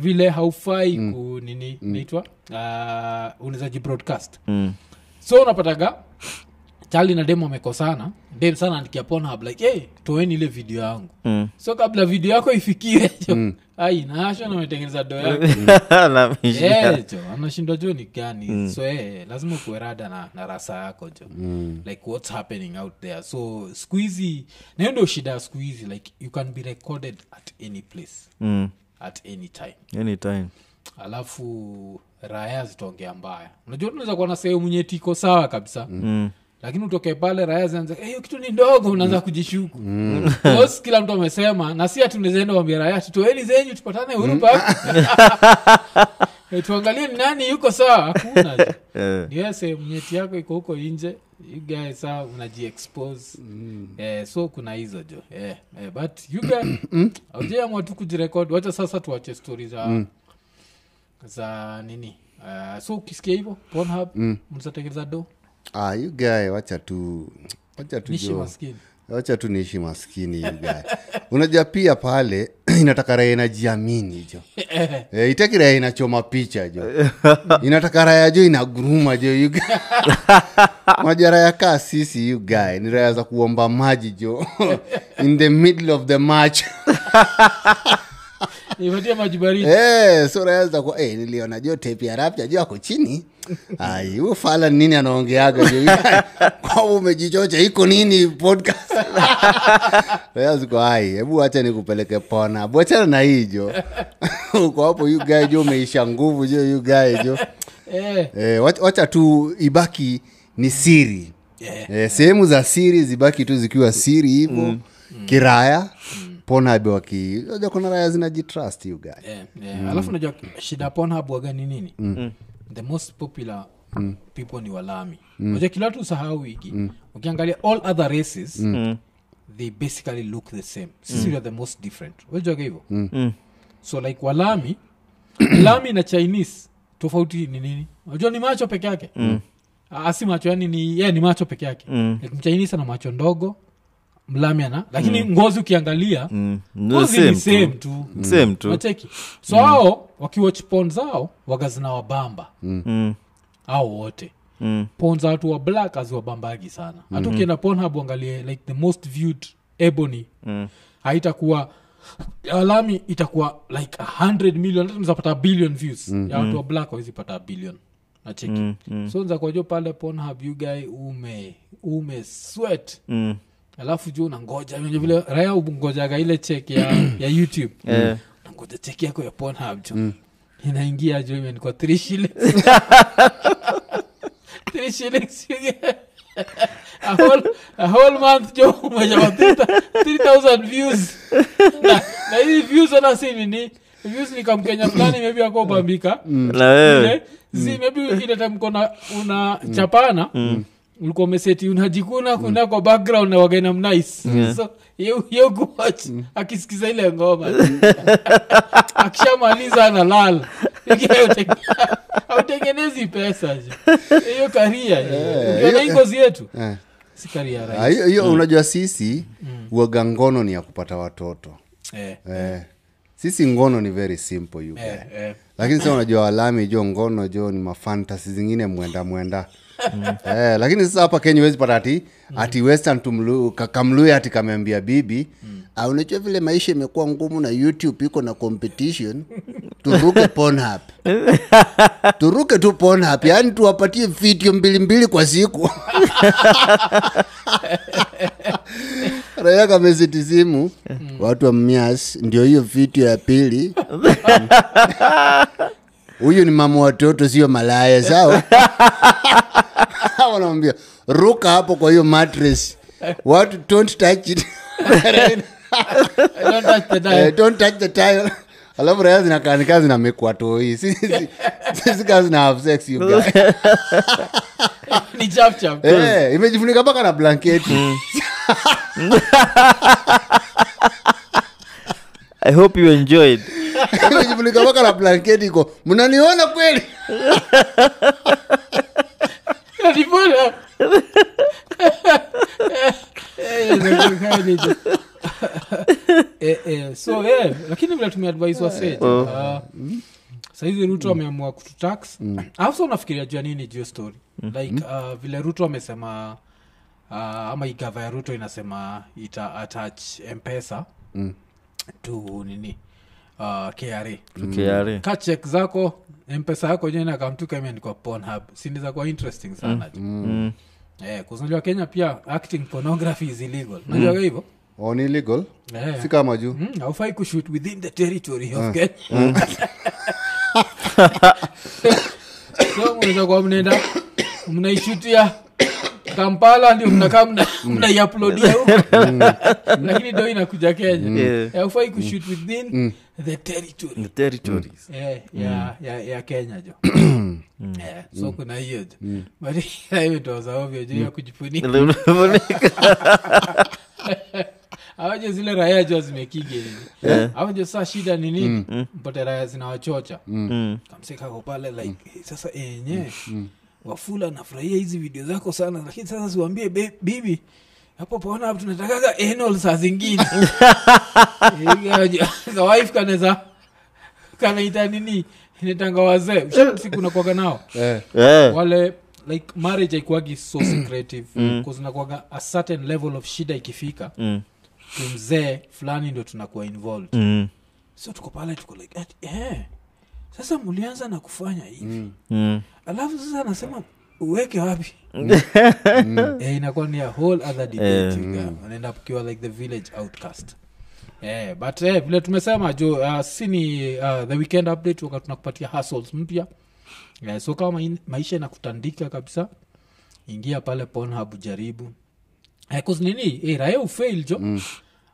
vile haufai mm. ku nini naitwa uh, unaweza jibroadcast Mm. so unapataga chali na dem amekosana dem sana andikia ponhab like hey, toeni ile video yangu Mm. so kabla video yako ifikiwe (laughs) jo ai naasha nametengeneza do yako (laughs) (laughs) Na mishia. Eh, jo anashindwa jo ni gani so eh, lazima ukuwe rada na, na rasa yako jo like what's happening out there so siku hizi nayo ndio shida ya siku hizi like you can be recorded at any place Mm. at any time Anytime. alafu raya zitaongea mbaya unajua tunaweza kuwa na sehemu nyeti iko sawa kabisa mm. lakini utoke pale raya zianza "Eh, hiyo kitu ni ndogo unaanza kujishuku mm. kila mtu amesema na si ati unazaenda wambia raya tutoeni zenyu tupatane hurupa (laughs) mm. tuangalie ni nani yuko sawa hakuna (laughs) jo. Eh. ni wewe sehemu nyeti yako iko huko nje you guys saa unajiexpose mm. eh, so kuna hizo jo eh, eh, but you (coughs) guys aujaamua tu kujirekod wacha sasa tuwache stori za mm. za nini uh, so ukisikia hivyo pornhub mnatengeneza do ah, you guy wacha tu wacha tu nishi jo. maskini wacha tu niishi maskini you guy (laughs) unajua pia pale (clears throat) inataka raha inajiamini jo e, itaki raha inachoma picha jo inataka raya jo inaguruma jo you guy. unajua raya kaa sisi you guy ni raya za kuomba maji jo (laughs) in the middle of the match nipatie maji baridi (laughs) Eh, so raya za kwa eh, niliona jo tape ya rapcha jo ako chini ai huyo fala nini anaongeaga jo kwa umejichocha iko nini podcast raya ziko ai hebu acha nikupeleke pona hebu achana na hii jo uko hapo you guy jo umeisha nguvu jo you guy jo eh, eh, wacha wacha tu ibaki ni siri Yeah. eh, sehemu za siri zibaki tu zikiwa siri hivo kiraya ponabe waki unajua kuna raya zinajitrust you guy eh, eh. alafu najua shida ya pornhub waga ni nini Mm. the most popular people ni walami najua kila watu usahau hiki ukiangalia all other races Mm. they basically look the same sisi we are the most different wejaga hivo Mm. so like walami (coughs) lami na chinese tofauti ni nini unajua ni macho peke yake Ah, si macho yani ni yeah, ni macho peke yake Mm. like, mchinese ana macho ndogo mlami ana lakini ngozi ukiangalia Mm. No, ngozi ni same same tu. tu Same tu. nacheki so hao wakiwatch pon zao wagazina wabamba Mm. au wote Mm. pon za watu wa black aziwabambagi sana Mm-hmm. hata ukienda ponhab uangalie like the most viewed ebony Mm. haitakuwa alami itakuwa like 100 million hata nizapata billion views Mm-hmm. ya watu wa black wawezi pata billion nacheki Mm. so nzakuwajo pale ponhab you guy ume ume sweat Mm. alafu juu unangoja unajua vile raya ungojaga ile cheki (coughs) ya, ya youtube Eh. nangoja cheki yako ya pornhub jo inaingia jo imenikwa three shillings three shillings a whole, a whole month jo umejama 3000 views na, na hizi views hata si nini views ni kamkenya fulani maybe ako bambika na wewe Eh. Ile, Mm. zi maybe ile time kona una chapana Mm. ulikuwa umeseti unajikuna kuna kwa background na wagena mnice so you- you go watch Mm. akisikiza ile ngoma (laughs) akishamaliza analala (laughs) autengenezi pesa je. hiyo karia ukiona hii ngozi yetu eh. si karia Ah, rahisi hiyo hiyo unajua sisi uaga ngono ni ya kupata watoto eh, eh. sisi ngono ni very simple you (laughs) guy. eh, eh. lakini sasa unajua walami jo ngono jo ni mafantasi zingine mwenda mwenda eh, lakini sasa hapa kenya huwezi pata ati ati western tumlu, ka- kamluya ati kameambia bibi "Ah, unajua vile maisha imekuwa ngumu na youtube iko na competition turuke pornhub turuke tu pornhub yaani tuwapatie video mbili mbili kwa siku raya kamesiti simu watu wa mmias ndio hiyo video ya pili huyu ni mama watoto sio malaya sawa wanamwambia ruka hapo kwa hiyo mattress watu don't touch it eh. (laughs) I don't touch the Eh, dial. don't touch the tile alafu raya zinakanikaa zinamekwa toi sisikaa zina have sex you guys. Ni chap chap. Eh, imejifunika mpaka na blanketi i hope you enjoyed (laughs) imejifunika mpaka na blanketi iko mnaniona kweli Ni bora. Eh, inakuwaje hicho? Eh, eh, so eh, lakini vile tumeadvise wasage ah, saizi ruto ameamua kututax afsa unafikiria jua nini juu story like uh, vile ruto amesema uh, ama igava ya ruto inasema ita attach mpesa to nini uh, kra kra ka chek zako mpesa yako jena kamtuka imeandikwa pornhub sindi za kuwa interesting sana mm. eh, kuzinajua kenya pia acting pornography is illegal najuaga hivyo Oh, ni illegal Eh. si kama juu Mm, haufai kushoot within the territory of Kenya. (laughs) so mnaweza kuwa mnaenda mnaishutia kampala ndio mnakaa mna- mnaiuploadia huko lakini do inakuja kenya Yeah. Eh, haufai kushoot within the territory the territories Eh, ya, ya, ya kenya jo Eh, so kuna hiyo jo but (laughs) hiyo ndo za ovyo juu ya kujifunika Mm. awaje zile raya jo zimekige hivi awaje saa shida ni nini mpate raya zinawachocha Mm. kamsekako pale like eh, sasa enye wafula nafurahia hizi video zako sana lakini sasa siwambie "Be- bibi hapo paona tunatakaga anal saa zingine Eh, (laughs) kawif kanaweza kanaita nini netanga wazee usikunakuaga nao eh. (laughs) Eh, wale like marriage aikuagi so secretive kunakuaga a certain level of shida ikifika mm, kimzee fulani ndio tunakuwa involved mm, so tuko pale tuko like ati, eh, sasa mlianza na kufanya hivi mm. alafu sasa anasema uweke wapi (laughs) eh, inakuwa ni a whole other Eh, debate yeah, unaenda ukiwa like the village outcast Eh, but eh, vile tumesema jo uh, sini uh, the weekend update waka tunakupatia hustles mpya eh, so kama in, maisha inakutandika kabisa ingia pale pornhub jaribu eh, 'cause nini eh, raia ufail jo mm.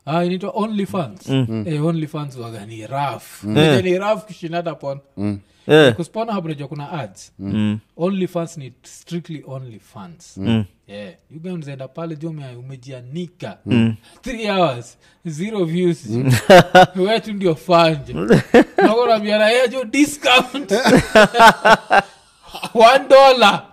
Ah, inaitwa only fans mm. eh, only fans waga ni raf (laughs) ni raf kushinada pon mm. Eh, kuspona hapunajua kuna ads mm, only fans ni strictly only fans mm. yeah. you guys unaenda pale juu ume- umejianika Mm. three hours zero views (laughs) wetu ndio fanje nakonabiaraye jo (laughs) discount one dollar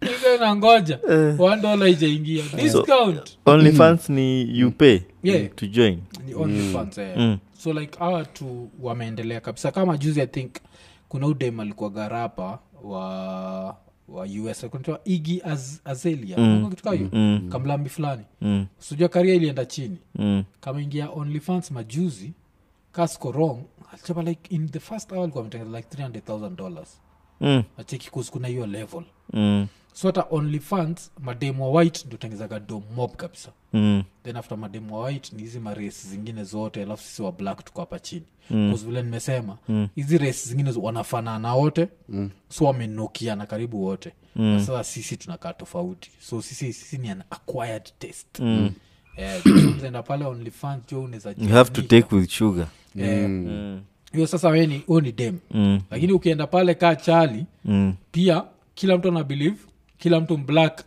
iko nangoja Eh. one dollar ijaingia discount only fans ni you pay Yeah. to join ni only fans, eh. Mm. so like hawa tu wameendelea kabisa kama juzi i think kuna udem alikuwa garapa wa wa us kunatoa igi az, azelia mm. kitu kayo mm. kamlambi fulani Mm, sijua karia ilienda chini mm, kameingia onlyfans majuzi casco wrong alichapa like in the first hour alikuwa ametengeza like 300000 dollars mm, acheki kuhusu kuna hiyo level mm, so hata onlyfans mademu wa white ndio tengezaga dom mob kabisa mm, then after mademu wa white ni hizi maresi zingine zote alafu sisi wa black tuko hapa chini mm. vile nimesema hizi mm. resi zingine zo- wanafanana wote mm. so wamenukiana karibu wote mm. na sasa sisi tunakaa tofauti so sisi, sisi ni an acquired taste mm. eh, (coughs) enda pale onlyfans jo unaweza you have to take with sugar Eh, hiyo sasa we ni huo ni dem mm. lakini ukienda pale kaa chali mm. pia kila mtu ana believe kila mtu mblack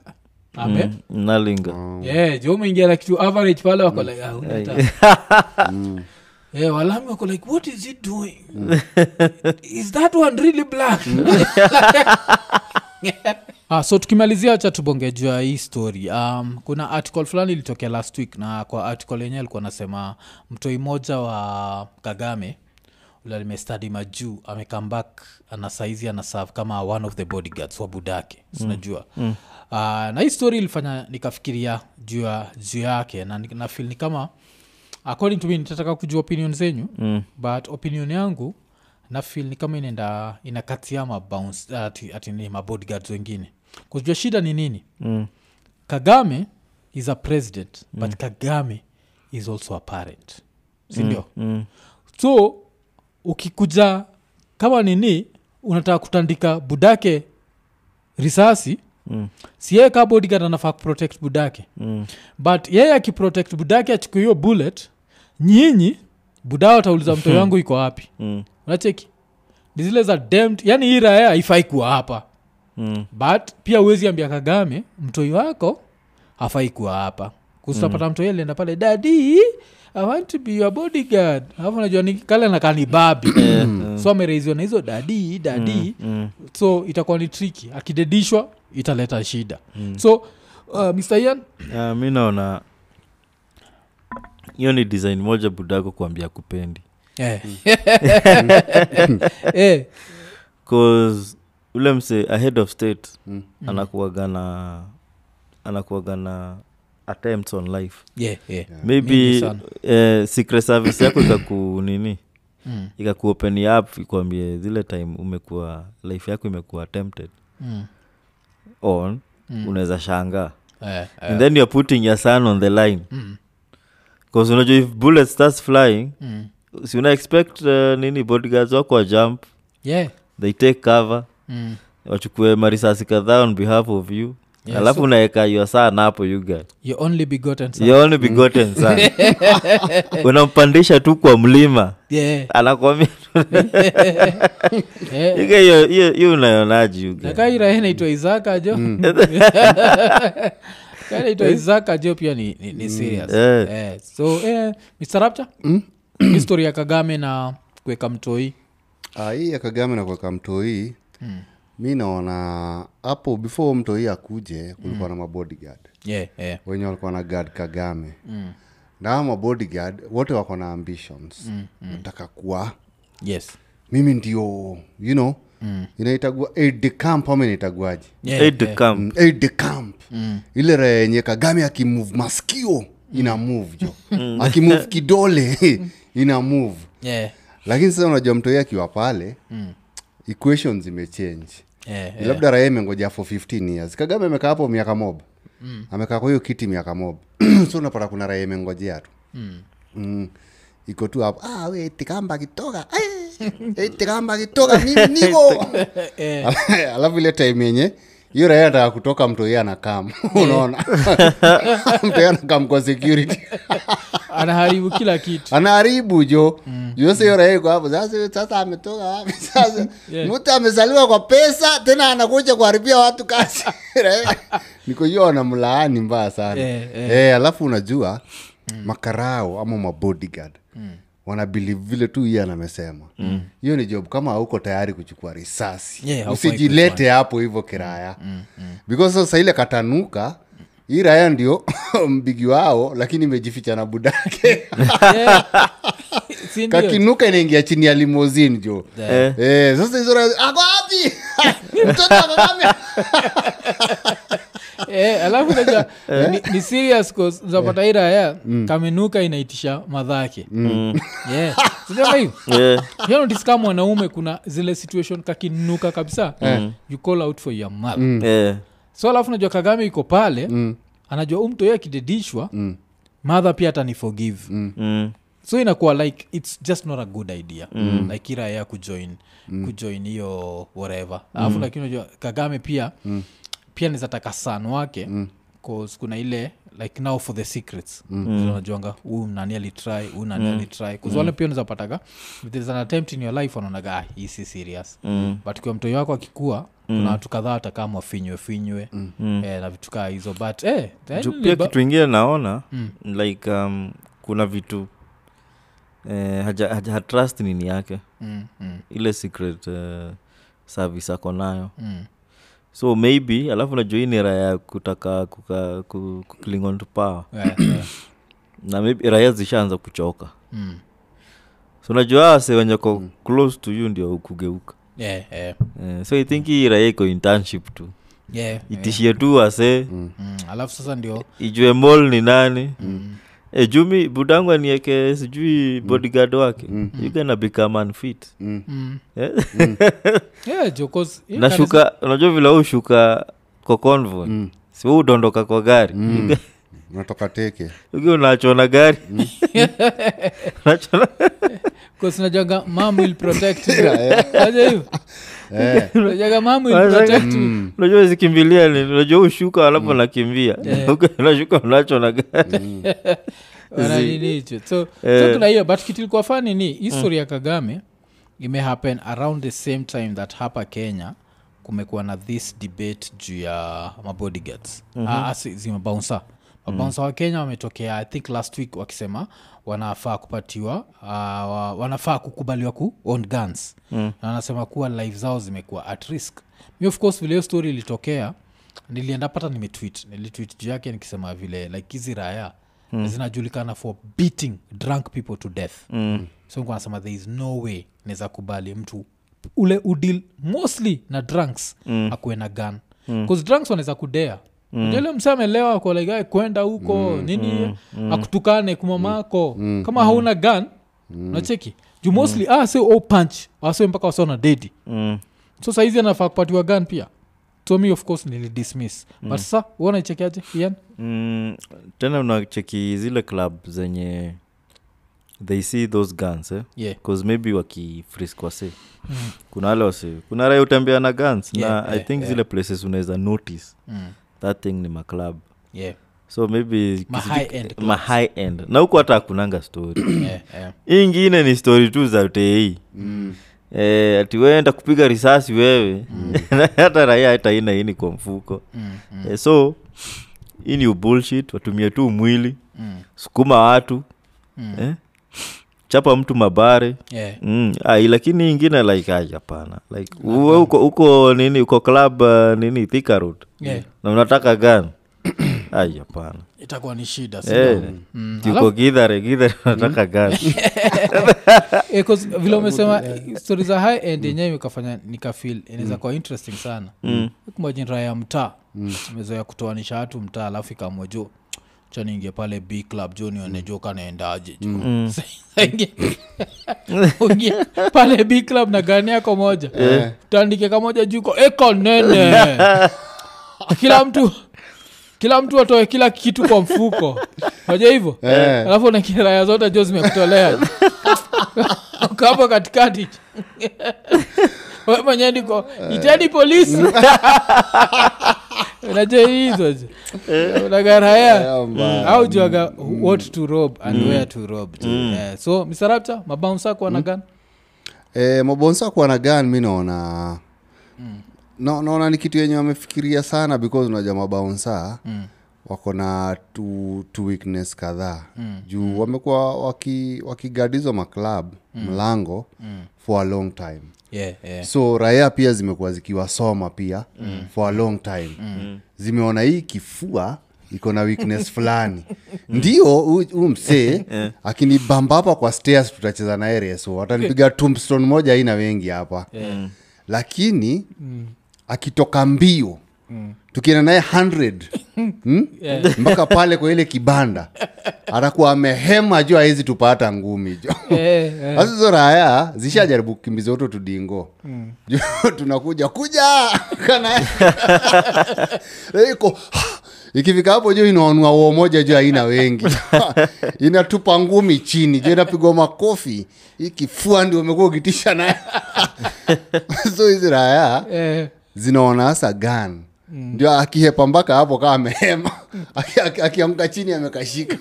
ame mm nalinga yeah, jo umeingia na kitu average pale wako like ah, huna ta- yeah, walami wako like what is it doing is that one really black Ah, so tukimalizia cha tubonge juu ya hii story um, kuna article fulani ilitokea last week na kwa article yenyewe alikuwa anasema mtoi mmoja wa kagame ule alimestadi majuu amecomeback ana saizi anaserve kama one of the bodyguards wa budake sinajua mm. mm. uh, na hii story ilifanya nikafikiria juu ya juu yake na ni- na feel ni kama according to me nitataka kujua opinion zenyu mm. but opinion yangu na feel ni kama inaenda inakatia mabounce ati, ati ni mabodyguards wengine kujua shida ni nini mm. kagame is a president mm. but kagame is also a parent sindio mm. Mm. so ukikuja kama nini unataka kutandika budake risasi Mm. siye ka bodyguard anafaa kuprotect budake Mm. but yeye akiprotect budake achukue hiyo bullet nyinyi budao atauliza mto yangu iko wapi Hmm. Mm. unacheki ni zile za damned yani hii raya haifai kuwa hapa Mm. but pia huwezi ambia kagame mtoi wako hafai kuwa hapa kusapata mm. mtoi alienda pale dadi i want to be your bodyguard alafu najua ni kale nakaa ni (coughs) babi so amereiziwa na hizo dadi dadi Eh, Mm. so itakuwa ni triki akidedishwa italeta shida mm. so uh, mr ian Ah, mi naona hiyo ni design moja budako kuambia kupendi eh. Mm. (laughs) eh. cause ule mse a head of state Mm. anakuagana anakuagana attempts on life yeah, yeah. Mingi maybe sana. eh, secret service yako ikaku nini Mm. ikakuopen up ikuambie zile time umekuwa life yako imekuwa attempted Mm. on Mm. unaweza shangaa Eh, eh. and then youare putting your son on the line Mm. bcause unajua if bullet starts flying Mm. si una expect uh, nini bodyguards wako wa jump yeah. they take cover mm. wachukue marisasi kadhaa on behalf of you Yeah, alafu so- unaweka your son hapo you guy your only begotten son. your only Mm. begotten son (laughs) unampandisha tu kwa mlima Yeah. anakwambia Eh. You guy, hiyo- hiyo- hiyo unaionaji you guy? nakairahe naitwa izaka jo (laughs) kanaitwa izaka jo pia ni, ni, ni serious Eh. eh. so eh, mr rapta (clears throat) histori ya kagame na kuweka mtoi Ah, hii ya kagame na kuweka mtoii mm. mi naona hapo before mtoii akuje kulikuwa mm. na mabodyguard yeah, yeah. wenye walikuwa na guard kagame mm. na hawa mabodyguard wote wako na ambitions mm. nataka kuwa yes mimi ndio you know mm. inaitagua aid the camp ama inaitaguaji yeah, Aid the yeah. camp. mm. aid the camp mm. ile raha yenye kagame akimove maskio ina move jo akimove kidole ina move Yeah, lakini sasa unajua mtoi akiwa pale mm. equations imechange yeah, yeah. yeah. labda raia imengoja for 15 years kagame amekaa hapo miaka mob mm. amekaa kwa hiyo kiti miaka mob (clears throat) so unapata kuna raia imengojea tu mm. Mm. iko tu hapo ah, we tikamba kitoka Eh, tikamba kitoka mimi (laughs) niko (laughs) alafu ile time yenye hiyo raia anataka kutoka mtoi anakam (laughs) unaona mtoi anakam kwa security anaharibu kila (laughs) kitu anaharibu jo Mm. jose hiyo raia iko hapo sasa huyo sasa ametoka wapi (laughs) sasa Yeah. mtu amezaliwa kwa pesa tena anakuja kuharibia watu kazi (laughs) Raia, niko hiyo wanamlaani mbaya sana Yeah, yeah. Mm. Eh, alafu unajua makarao ama mabodyguard wanabili vile tu hiye anamesema hiyo ni job kama hauko tayari kuchukua risasi Mm. Yeah, Mm, haufai usijilete hapo hivyo kiraya because sasa ile katanuka hii raya ndio (laughs) mbigi wao lakini imejificha na (laughs) budake Sindio? kakinuka inaingia chini ya limozin jo Eh. Eh, sasa hizo raia, ako wapi (laughs) mtoto wa Kagame. Eh, alafu najua ni, ni serious cause zapata hii raya kamenuka inaitisha madhake yeah. Sindio hivyo? Yeah. yonotis kama mwanaume kuna zile situation kakinuka kabisa mm. you call out for your mother mm. Yeah. so alafu najua kagame iko pale mm. anajua umtoyo akidedishwa mm. madha pia atani forgive mm. Mm. so inakuwa like its just not a good idea mm. like ira ya kujoin mm. kujoin hiyo whatever alafu mm. lakini unajua kagame pia mm. pia nizataka san wake mm cause kuna ile like now for the secrets mm. unajuanga huyu nani alitry huyu nani mm. alitry kause wale pia unawezapataga if there's an attempt in your life wanaonaga "Ah, hii si serious mm. but kiwa mtoi wako akikua kuna watu kadhaa watakama wafinywe finywe mm. eh, na vitu kaa hizo but eh, then Ju- pia liba- kitu ingine naona Mm. like um, kuna vitu eh, haja, haja, hatrust nini yake mm, mm, ile secret uh, service ako nayo mm. so maybe alafu najua hii ni raya ya kutaka kuka, ku, ku cling on to power Eh, eh, na maybe raya zishaanza kuchoka mm. so najua hawa wase wenye ko close to you ndio kugeuka Eh, eh, eh, so i think hii raya iko internship tu yeah, eh. itishie tu ah, wase Mm, alafu Mm, sasa ndio ijue mol ni nani mm. e, jumi budangu anieke sijui bodyguard wake mm. you gonna become unfit Eh? Mm. (laughs) yeah, jo, 'cause, yeah, that is- nashuka unajua vile wewe hushuka kwa convoy mm. si wewe udondoka kwa gari mm. unatoka Hmm. teke ukiwa unachona gari Mm. (laughs) unachona Because najuanga mam will protect (laughs) you. Aje hivo? Najuanga mam will Eh. Unajua- protect you. Mm. unajua zikimbilia ni unajua ushuka Mm. alafu nakimbia (laughs) unashuka unachona gari wananinicho so, so Eh. kuna hiyo but kitu ilikuwa fani ni history ya kagame imehappen around the same time that hapa kenya kumekuwa na this debate juu ya mabodyguards mm-hmm. zimabaunsa mabaunsa wa kenya wametokea i think last week wakisema wanafaa kupatiwa uh, wa- wanafaa kukubaliwa ku own guns mm. na wanasema kuwa life zao zimekuwa at risk mi of course vile hiyo story ilitokea nilienda pata nimetwit nilitwit juu yake nikisema vile like hizi raya mm. zinajulikana for beating drunk people to death mm. so nilikuwa nasema there is no way naweza kubali mtu ule udil mostly na drunks mm. akuwe na gun bcause drunks wanaweza kudea jele msa amelewa kolaigae kwenda huko nini akutukane kumamako kama hauna gun nacheki juu mostly ah, se o punch wase mpaka waseona dedi Mm. so saizi anafaa kupatiwa gun pia so mi of course nilidismiss but sasa uonaichekeaje ian mm, tena unacheki zile club zenye they see those guns eh? yeah Mm. cause maybe wakifrisk wase kuna wale wase kuna raya utembea na guns Yeah, na i yeah, think yeah. zile places unaweza notice mm. that thing ni maclub yeah so maybe Ma kisiju- high end ma high end na huku hata hakunanga story yeah, yeah. hii ingine ni story tu za utei mm. e, ati weenda kupiga risasi wewe Na (laughs) hata raia hata ina ini kwa mfuko Mm, mm, e, so hii ni bullshit watumie tu mwili mm, sukuma watu mm. eh? chapa mtu mabare yeah. mm, ai, lakini hii ingine like ai, hapana like uwe uko, uko nini uko club uh, nini Thika Road Yeah. na unataka gani (coughs) ai hapana itakuwa ni shida si Eh, Mm, uko gidhare gidhare (laughs) unataka (laughs) gani Eh, 'cause vile umesema stori za high end yenyewe ikafanya nikafil inaweza kuwa interesting sana mm. kumajinraa ya mtaa imezoea kutoanisha watu mtaa alafu ikaamua jo cha niingie pale b club jo nione jo kanaendaje jo (laughs) Saingie- (laughs) Ungie pale b club na gani yako moja utaandike kamoja juu ko eko nene kila mtu kila mtu atoe kila kitu kwa mfuko aja hivyo Eh. alafu na kiraya zote jo zimekutolea kapo katikati We mwenyewe niko iteni polisi unajua hizo zi. Eh. unagaraya Yeah, man. Mm. au juaga what to rob and where to rob zi. Eh, so misarapcha mabaunsa kuana gan e, mabonsa kuwa na gan mi naona na- naona ni kitu yenye wamefikiria sana because unajua mabaonsa mm. wako na two, two weakness kadhaa mm. juu mm. wamekuwa wakigadizwa waki wakigadizwa maclub mm. mlango mm. for a long time yeah, yeah. so raia pia zimekuwa zikiwasoma pia mm. for a long time mm. zimeona hii kifua iko na weakness (laughs) fulani ndio hu- huu msee akinibamba hapa kwa stairs tutacheza na rso watanipiga tombstone moja aina wengi hapa lakini akitoka mbio tukienda naye 100 (laughs) hmm? Yeah. mpaka pale kwa ile kibanda atakuwa amehema juu awezi tupata ngumi jo Eh, eh. sasa hizo raya zishajaribu kukimbiza uto tudingo Juu (laughs) tunakuja kuja (laughs) kana iko "Ah!" ikifika hapo juu inaonua uo moja juu aina wengi (laughs) inatupa ngumi chini juu inapigwa makofi hii kifua ndio umekuwa ukitisha naye (laughs) so hizi raya Eh, zinaona hasa gan ndio akihepa mpaka hapo kaa amehema (laughs) Aki- aki- akianguka chini amekashika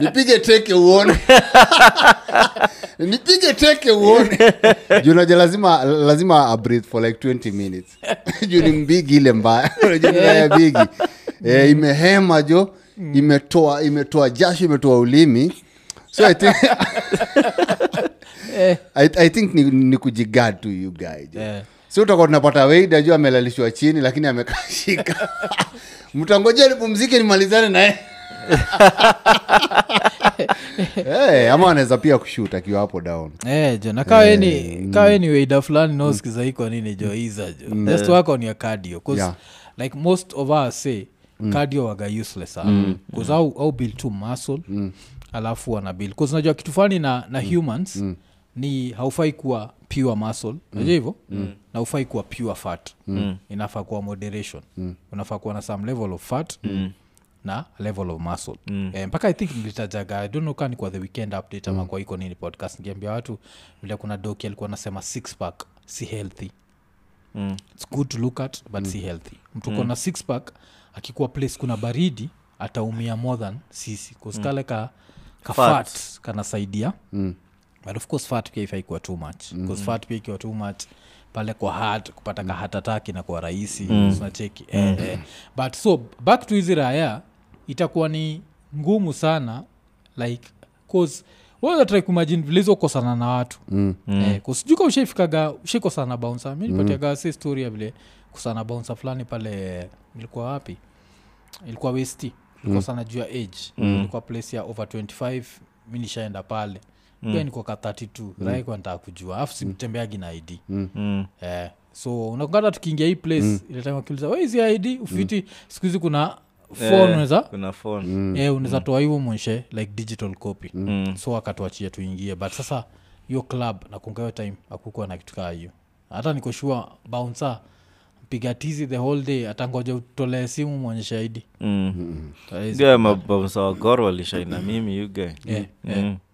nipige teke uone (laughs) nipige teke uone juu naja lazima lazima abreathe for like 20 minutes (laughs) juu ni mbigi ile mbaya (laughs) Unajua ni raya bigi e, imehema jo imetoa imetoa jasho imetoa ulimi so i think, (laughs) I, I think ni, ni kujigad tu you guy jo eh. si utakuwa tunapata weida juu amelalishwa chini lakini amekashika (laughs) mtangoja nipumzike nimalizane (laughs) naye hey, Eh, ama anaweza pia kushut akiwa hapo down Eh, jo nakaweni weida fulani naosikiza hii kwa nini jo iza jo mm. just wako ni cardio cause Yeah. like most of us say cardio waga useless mm. cause au, au build to muscle mm. alafu wanabil unajua kitu fani na, na humans mm. ni haufai kuwa pure muscle unajua hivyo mm. na ufai kuwa pure fat mm. inafaa kuwa moderation mm. unafaa kuwa na some level of fat mm na level of muscle mm. eh, mpaka i think nilitajaga I don't know kama ni kwa the weekend update ama kwa iko nini podcast nikiambia watu vile kuna doki alikuwa anasema six pack si healthy Mm. its good to look at but mm. si healthy mtu kona mm. six pack akikuwa place kuna baridi ataumia more than sisi kuskale ka, ka Fat. Mm. fat. kanasaidia mm. but of course fat pia ifai kuwa too much mm. fat pia ikiwa too much pale kwa hat kupata ka hatataki na kwa rahisi mm. unacheki mm. eh, eh. but so back to hizi raya itakuwa ni ngumu sana like cause watrai kumajini vilizokosana na watu mm. eh, kusijuka ushaifikaga ushaikosana na bounsa mi nipatiaga si story ya vile kusana na bounsa fulani pale ilikuwa wapi ilikuwa westi ilikuwa sana juu ya age mm. ilikuwa place ya over 25 mi nishaenda pale mm. pia niko ka 32 mm. raikwa ntaa kujua afu simtembeagi na id mm. eh, so unakungata tukiingia hii place mm. iletakiuliza wezi id ufiti mm. siku hizi kuna phone Eh, unaweza kuna phone Eh, unaweza toa hivyo monshe like digital copy Mm. Mm. so akatuachia tuingie but sasa hiyo club nakungayo time akukuwa na kitu kaa hiyo hata nikoshua bounsa mpiga tizi the whole day atangoja utolee simu mwonyeshe ID. Mm. Taizi. Ndio ya mabamsa wa gor walishaina mimi yugae Yeah,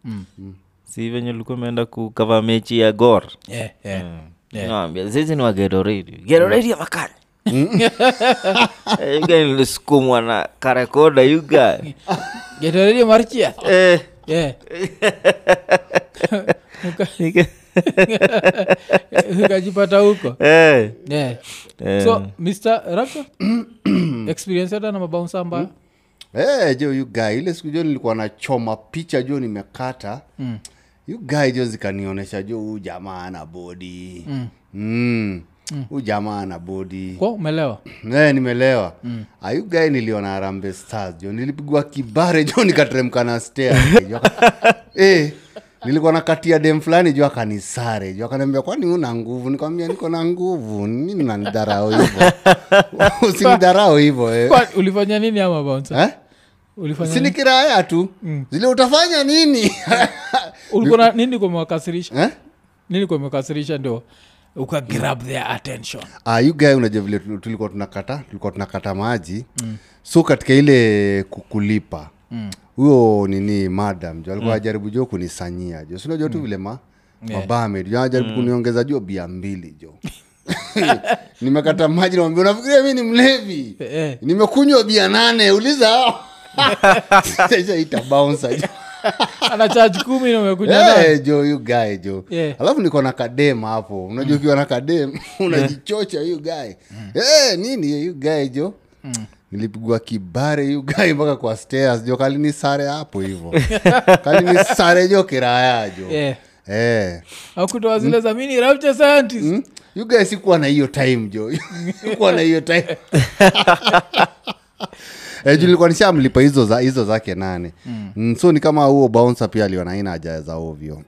Mm. Mm. si venye ulikuwa umeenda kukava mechi ya gor Eh, eh. Yeah. nawambia sisi ni wageroredi geroredi ya makali Mm. (laughs) yuga nilisukumwa na karekoda yuga Get ready, Marcia. Eh, Yeah. Uka- (laughs) ukajipata huko eh. Yeah. so mr Raptor, experience hata na mabounsa ambayo hey, Eh, jo you guy ile siku jo nilikuwa nachoma picha jo nimekata mm. you guy jo zikanionyesha jo huu jamaa ana bodi mm. mm. huu jamaa ana bodi kwa umelewa Eh, nimelewa mm. ayugae niliona harambe stars jo nilipigwa kibare jo nikateremka na stair. Jo, aka- eh, nilikuwa nakatia dem fulani jo akanisare jo akaniambia kwani una nguvu nikamwambia niko na nguvu nini nanidharau hivo (laughs) usinidharau hivo eh. Kwa- ulifanya nini ama bouncer eh? ulifanya nini? sinikiraya tu zile utafanya nini (laughs) ulikuwa na- nini kumewakasirisha eh? nini kumewakasirisha ndio uka grab their attention Ah, you guy unajua vile tu- tulikuwa tunakata tulikuwa tunakata maji mm. so katika ile kukulipa huyo mm. nini madam jo Mm. alikuwa ajaribu jo kunisanyia jo sinajua tu vile ma yeah. mabamed jo ajaribu Mm. kuniongeza jo bia mbili jo (laughs) nimekata maji namwambia unafikiria mi ni mlevi Eh, eh. nimekunywa bia nane uliza (laughs) (laughs) hao." Sasa itabounce jo ana charge kumi na umekuja naye. Eh, jo you guy jo Yeah. alafu niko na kadem hapo unajua ukiwa na kadem (laughs) unajichocha you guy Eh, nini you guy jo nilipigwa kibare you guy (laughs) mpaka kwa stairs jo kalini sare hapo hivo (laughs) kalini sare jo kiraya jo Yeah. Eh. akutoa zile za mini rapture scientist Mm? You guys sikuwa na hiyo time jo (laughs) sikuwa na hiyo time (laughs) Eh, juu nilikuwa nishamlipa hizo za hizo zake nane Hmm. mm. so ni kama huo bouncer pia aliona haina haja za ovyo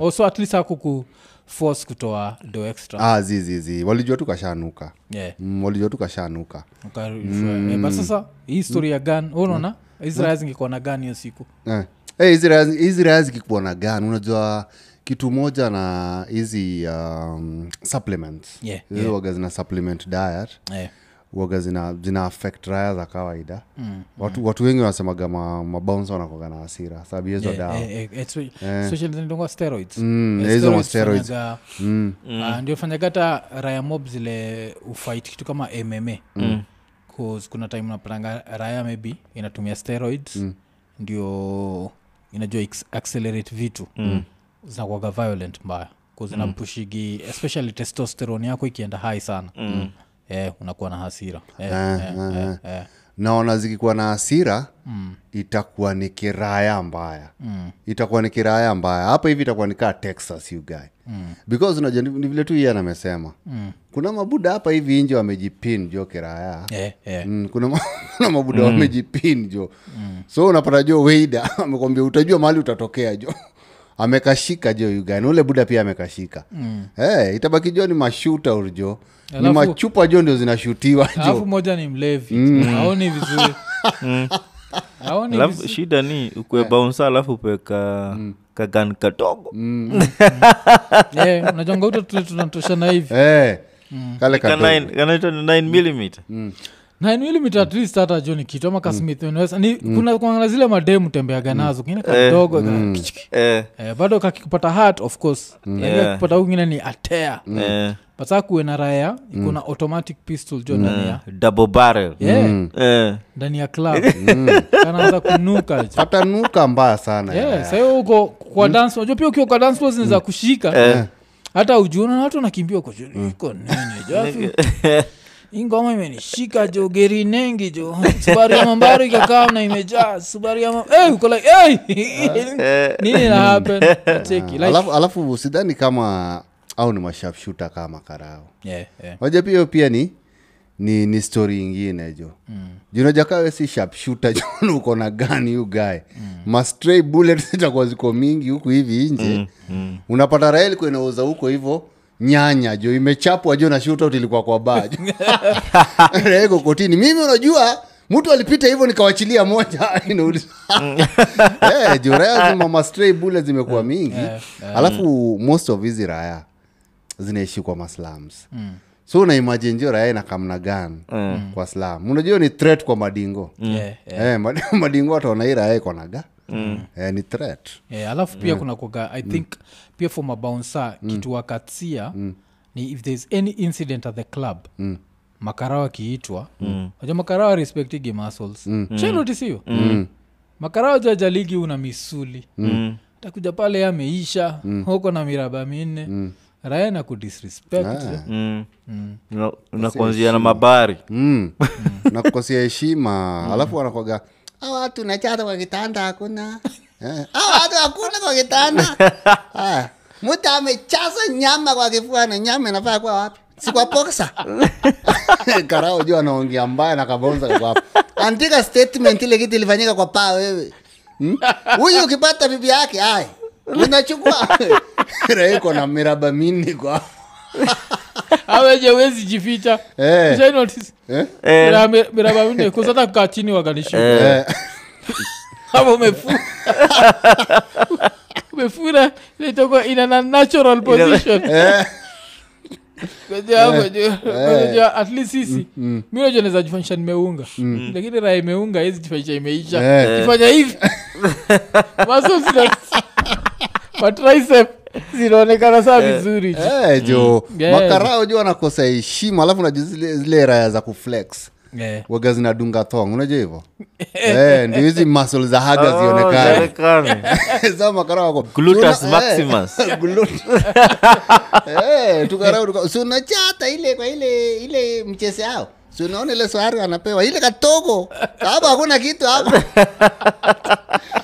Oh, so at least haku ku force kutoa do extra ah, zi, zi, zi. walijua tu kashanuka yeah. mm, walijua tu kashanuka Ukarudishwa. Eh, but sasa hii story ya gan unaona israel zingekuwa na gan hiyo siku Eh. Eh, hizi raya- hizi raya zikikuwa na gani unajua kitu moja na hizi um, supplements Yeah, Hizi waga zina supplement diet Eh, waga zina, zina affect raya za kawaida mm, watu, watu wengi wanasemaga ma- mabouncer wanakuaga na hasira sababu ya hizo eh, dawa eh, eh, it's- especially zinaitwangwa steroids. Mm, Eh, hizo steroids steroids. Mm. fanyaga- Ah, ndio fanyaga hata raya mob zile ufight kitu kama mma Mm. Cause kuna time unapatanga raya maybe inatumia steroids Mm. ndio inajua ex- accelerate vitu zinakuaga violent mbaya zinapushigi especially testosterone yako ikienda high sana eh, unakuwa na hasira eh, Ah. eh, eh, eh. naona zikikuwa na hasira mm. itakuwa ni kiraya mbaya mm. itakuwa ni kiraya mbaya hapa hivi itakuwa ni kaa texas you guy mm. because unajua ni ni vile tu ian amesema mm. kuna mabuda hapa hivi nje wamejipin jo kiraya Eh, eh. Mm, kuna, ma- (laughs) kuna mabuda wamejipin jo mm. so unapata jo weida (laughs) amekwambia utajua mahali utatokea jo (laughs) amekashika jo ugani ule buda pia amekashika mm. hey, itabaki jo ni mashuta urjo ni Alafu- machupa jo ndio zinashutiwa jo Mm. (laughs) alafu moja ni mlevi aoni vizuri Mm. Haoni Mm. alafu vizuri. shida ni ukue bounsa alafu upewe ka Mm. kagan kadogo Eh, unajua ngauta tule tunatoshana hivi Eh, kale Ka kadogo. nine- kanaitwa ni 9 millimeter. Mm. nainwilimitratlisata jo ni kitu ama Mm. kasmithni kuna kuangana zile mademu tembeaga nazo kingine kadogo ka- kichiki. Eh, Eh, bado kakikupata hat of course Lakini Mm. Yeah. kakipata huku kingine ni atea eh, but saa kuwe na raya Mm. iko na automatic pistol jo ndani ya double barrel Yeah, Eh, ndani ya (laughs) club Mm. kanaanza kunuka jo katanuka mbaya sana Yeah, yeah. saa hiyo Eh, uko kwa dance unajua pia ukiwa kwa dance floor zinaweza kushika hata ujiona na watu wanakimbia uko jo, iko nini jo afu, hii ngoma imenishika jo geri nengi (laughs) jo subari ya mambaru ikakaa na imejaa subari ya mambaru hey, uko like hey! (laughs) nini na happen cheki like alafu, alafu sidhani kama au ni mashapshuta kama karao yeah, yeah. waja pia hiyo pia ni ni, ni stori ingine jo mm. junajakawe si (laughs) shapshuta jon uko na gani yu gae mm. mastray bullet (laughs) zitakuwa ziko mingi huku hivi nje mm. Mm. unapata raha ilikuwa inauza huko hivo nyanya jo imechapwa jo na shootout ilikuwa kwa baa jo (laughs) Raha iko kotini mimi unajua mtu alipita hivyo nikawachilia moja (laughs) inauliza Eh, jo raya zima mastray bullet zimekuwa mingi alafu most of hizi raya zinaishi kwa maslams mm. so unaimajin jo raya inakamna gan mm. kwa slam unajua ni threat kwa madingo mm. Yeah, yeah. eh, mad- (laughs) madingo ataona hii raya iko na ga mm. eh, ni threat Yeah, alafu pia kuna kuga i think pia for mabounsa kitu wakatsia ni if thereis any incident at the club mm makarawa akiitwa aja makarawa respectigi muscles mm. shenotisiyo mm. makarawa jajaligi una misuli mm. takuja pale ameisha mm. huko na miraba minne mm. raya na kudisrespect Ah. mm. Una- unakuanzia na (laughs) mabari (laughs) mm. na kukosia heshima alafu wanakwaga "Hawa watu nachata kwa kitanda hakuna (laughs) Eh, "Hawa watu hakuna kwa (laughs) kitanda Haya, mtu amechaza nyama kwa kifua na nyama inafaa kuwa wapi si kwa boksa (laughs) karao juu anaongea mbaya na kabonza kwapo andika statement ile kitu ilifanyika kwa paa wewe Hmm? huyu ukipata bibi yake ay unachukua (laughs) raiko na miraba minne kwa aweje wezi jificha Eh. Shenotisi- eh? Eh, Mira- miraba minne kuzata kukaa chini waganishuka eh. kama umefura (laughs) umefura inaitwa ina na natural (laughs) position Eh. Eh. Kujua hapo juu, kujua at least Mm, sisi mi najua naweza jifanyisha nimeunga lakini raha imeunga hizi jifanyisha imeisha Eh. kifanya (laughs) hivi Muscles zina- matricep zinaonekana saa vizuri juu. Mm. Eh, jo Yeah. makarao jo wanakosa heshima alafu najua zile, zile raya za kuflex Eh. waga zinadunga thong unajua (laughs) hivo eh, ndio hizi masl za haga Oh, zionekane zionekane. (laughs) za makarao wako Gluteus "Suna- eh, maximus." (laughs) glut- Eh, tukarao tuka- "Si unachata ile kwa ile ile mchese ao Si unaona ile swari anapewa ile katogo hapa hakuna kitu (laughs) hapa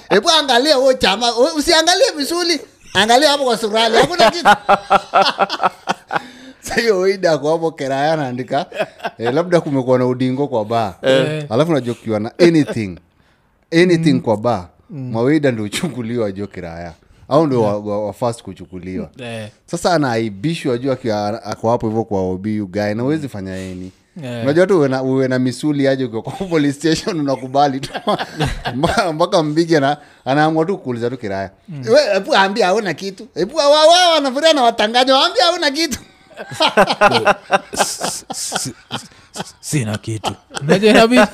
hebu angalia huo chama u- usiangalie misuli angalia hapo kwa surali hakuna kitu sahiyoidako hapo keraya anaandika eh, labda kumekuwa na udingo kwa baa alafu najokiwa na anything anything kwa baa mawaida ndio huchukuliwa jo kiraya au ndio wa, wa, wa first kuchukuliwa Eh. sasa anaaibishwa juu akiwa ako hapo hivyo kwa obiu gae na uwezi fanya eni Yeah. unajua tu uwe na- uwe na misuli aje ukiwa kwa police station unakubali tu Mba- mpaka mbigi ana- anaamua tu kuuliza tu kiraya We, ebu ambia hauna kitu ebu wawa wanafuria na watanganya waambia hauna kitu sina kitu Unajua (laughs) inabidi-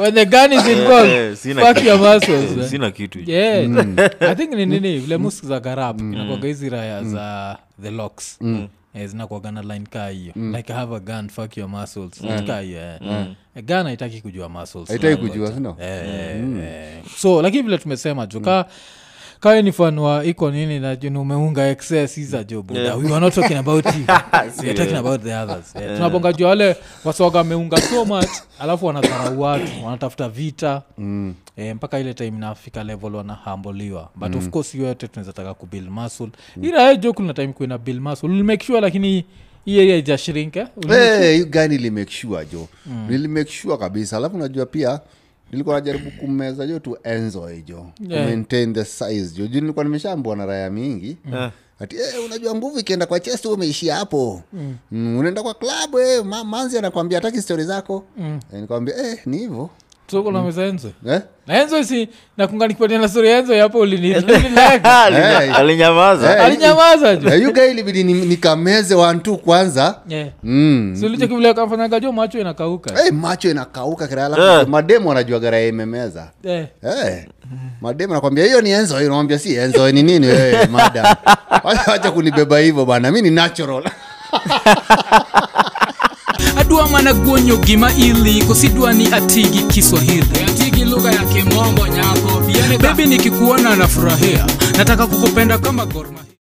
when the gun is involved, Eh, sina (laughs) fuck kitu. your muscles, Eh, man. sina kitu hicho. Yeah. Mm. (laughs) i think ni nini vile musk za garap inakwaga hizi raya Mm. za the locks Eh, zinakwaga na line kaa hiyo Mm. like have a gun fuck your muscles Kitu kaa hiyo eh. A gun haitaki kujua muscles haitaki Unajua. kujua sindo Eh, eh. so lakini vile tumesema jo ka kawe ni fan wa iko nini na juu ni umeunga excess is a job yeah. we are not talking about (laughs) you we are talking about the others yeah. tunabonga juu wale wasoga wameunga so much alafu wanadharau watu wanatafuta vita mm. e, mpaka ile time inafika level wanahambuliwa but mm. of course hiyo yote tunaweza taka kubuild muscle mm. ila hiyo joke na time kuina build muscle We'll make sure lakini hii area ijashrink eh? We'll- Hey, you guy nilimake sure jo mm. nilimake sure kabisa alafu unajua pia nilikuwa najaribu kumeza jo tu enjoy jo Yeah. yeah. maintain the size jo juu nilikuwa nimeshaambua na raya mingi yeah. Ati, eh, unajua nguvu ikienda kwa chest umeishia hapo mm. Mm, unaenda kwa klabu eh, ma, manzi anakwambia hataki stori zako mm. nikwambia eh, ni hivo tuko na meza enzo eh? na enzo si nakunga nikipatia na story ya enzo yapo (laughs) ulinilaga Hey. Alinya- alinyamaza Hey. alinyamaza Eh, ju you guy ilibidi ni- nikameze wantu kwanza mm. sulichokivlekafanyagajo macho inakauka hey, macho inakauka kirala Eh. mademu anajua garaya imemeza Eh. Hey, mademu nakwambia hiyo ni enzo inawambia si enzo ni nini hey, madam (laughs) Wacha- wacha kunibeba hivyo bana mi ni natural adwa mana guonyo gima ili kosidwa ni atigi kiswahili atigi lugha ya kimombo nyako bebi nikikuona nafurahia nataka kukupenda kama gorma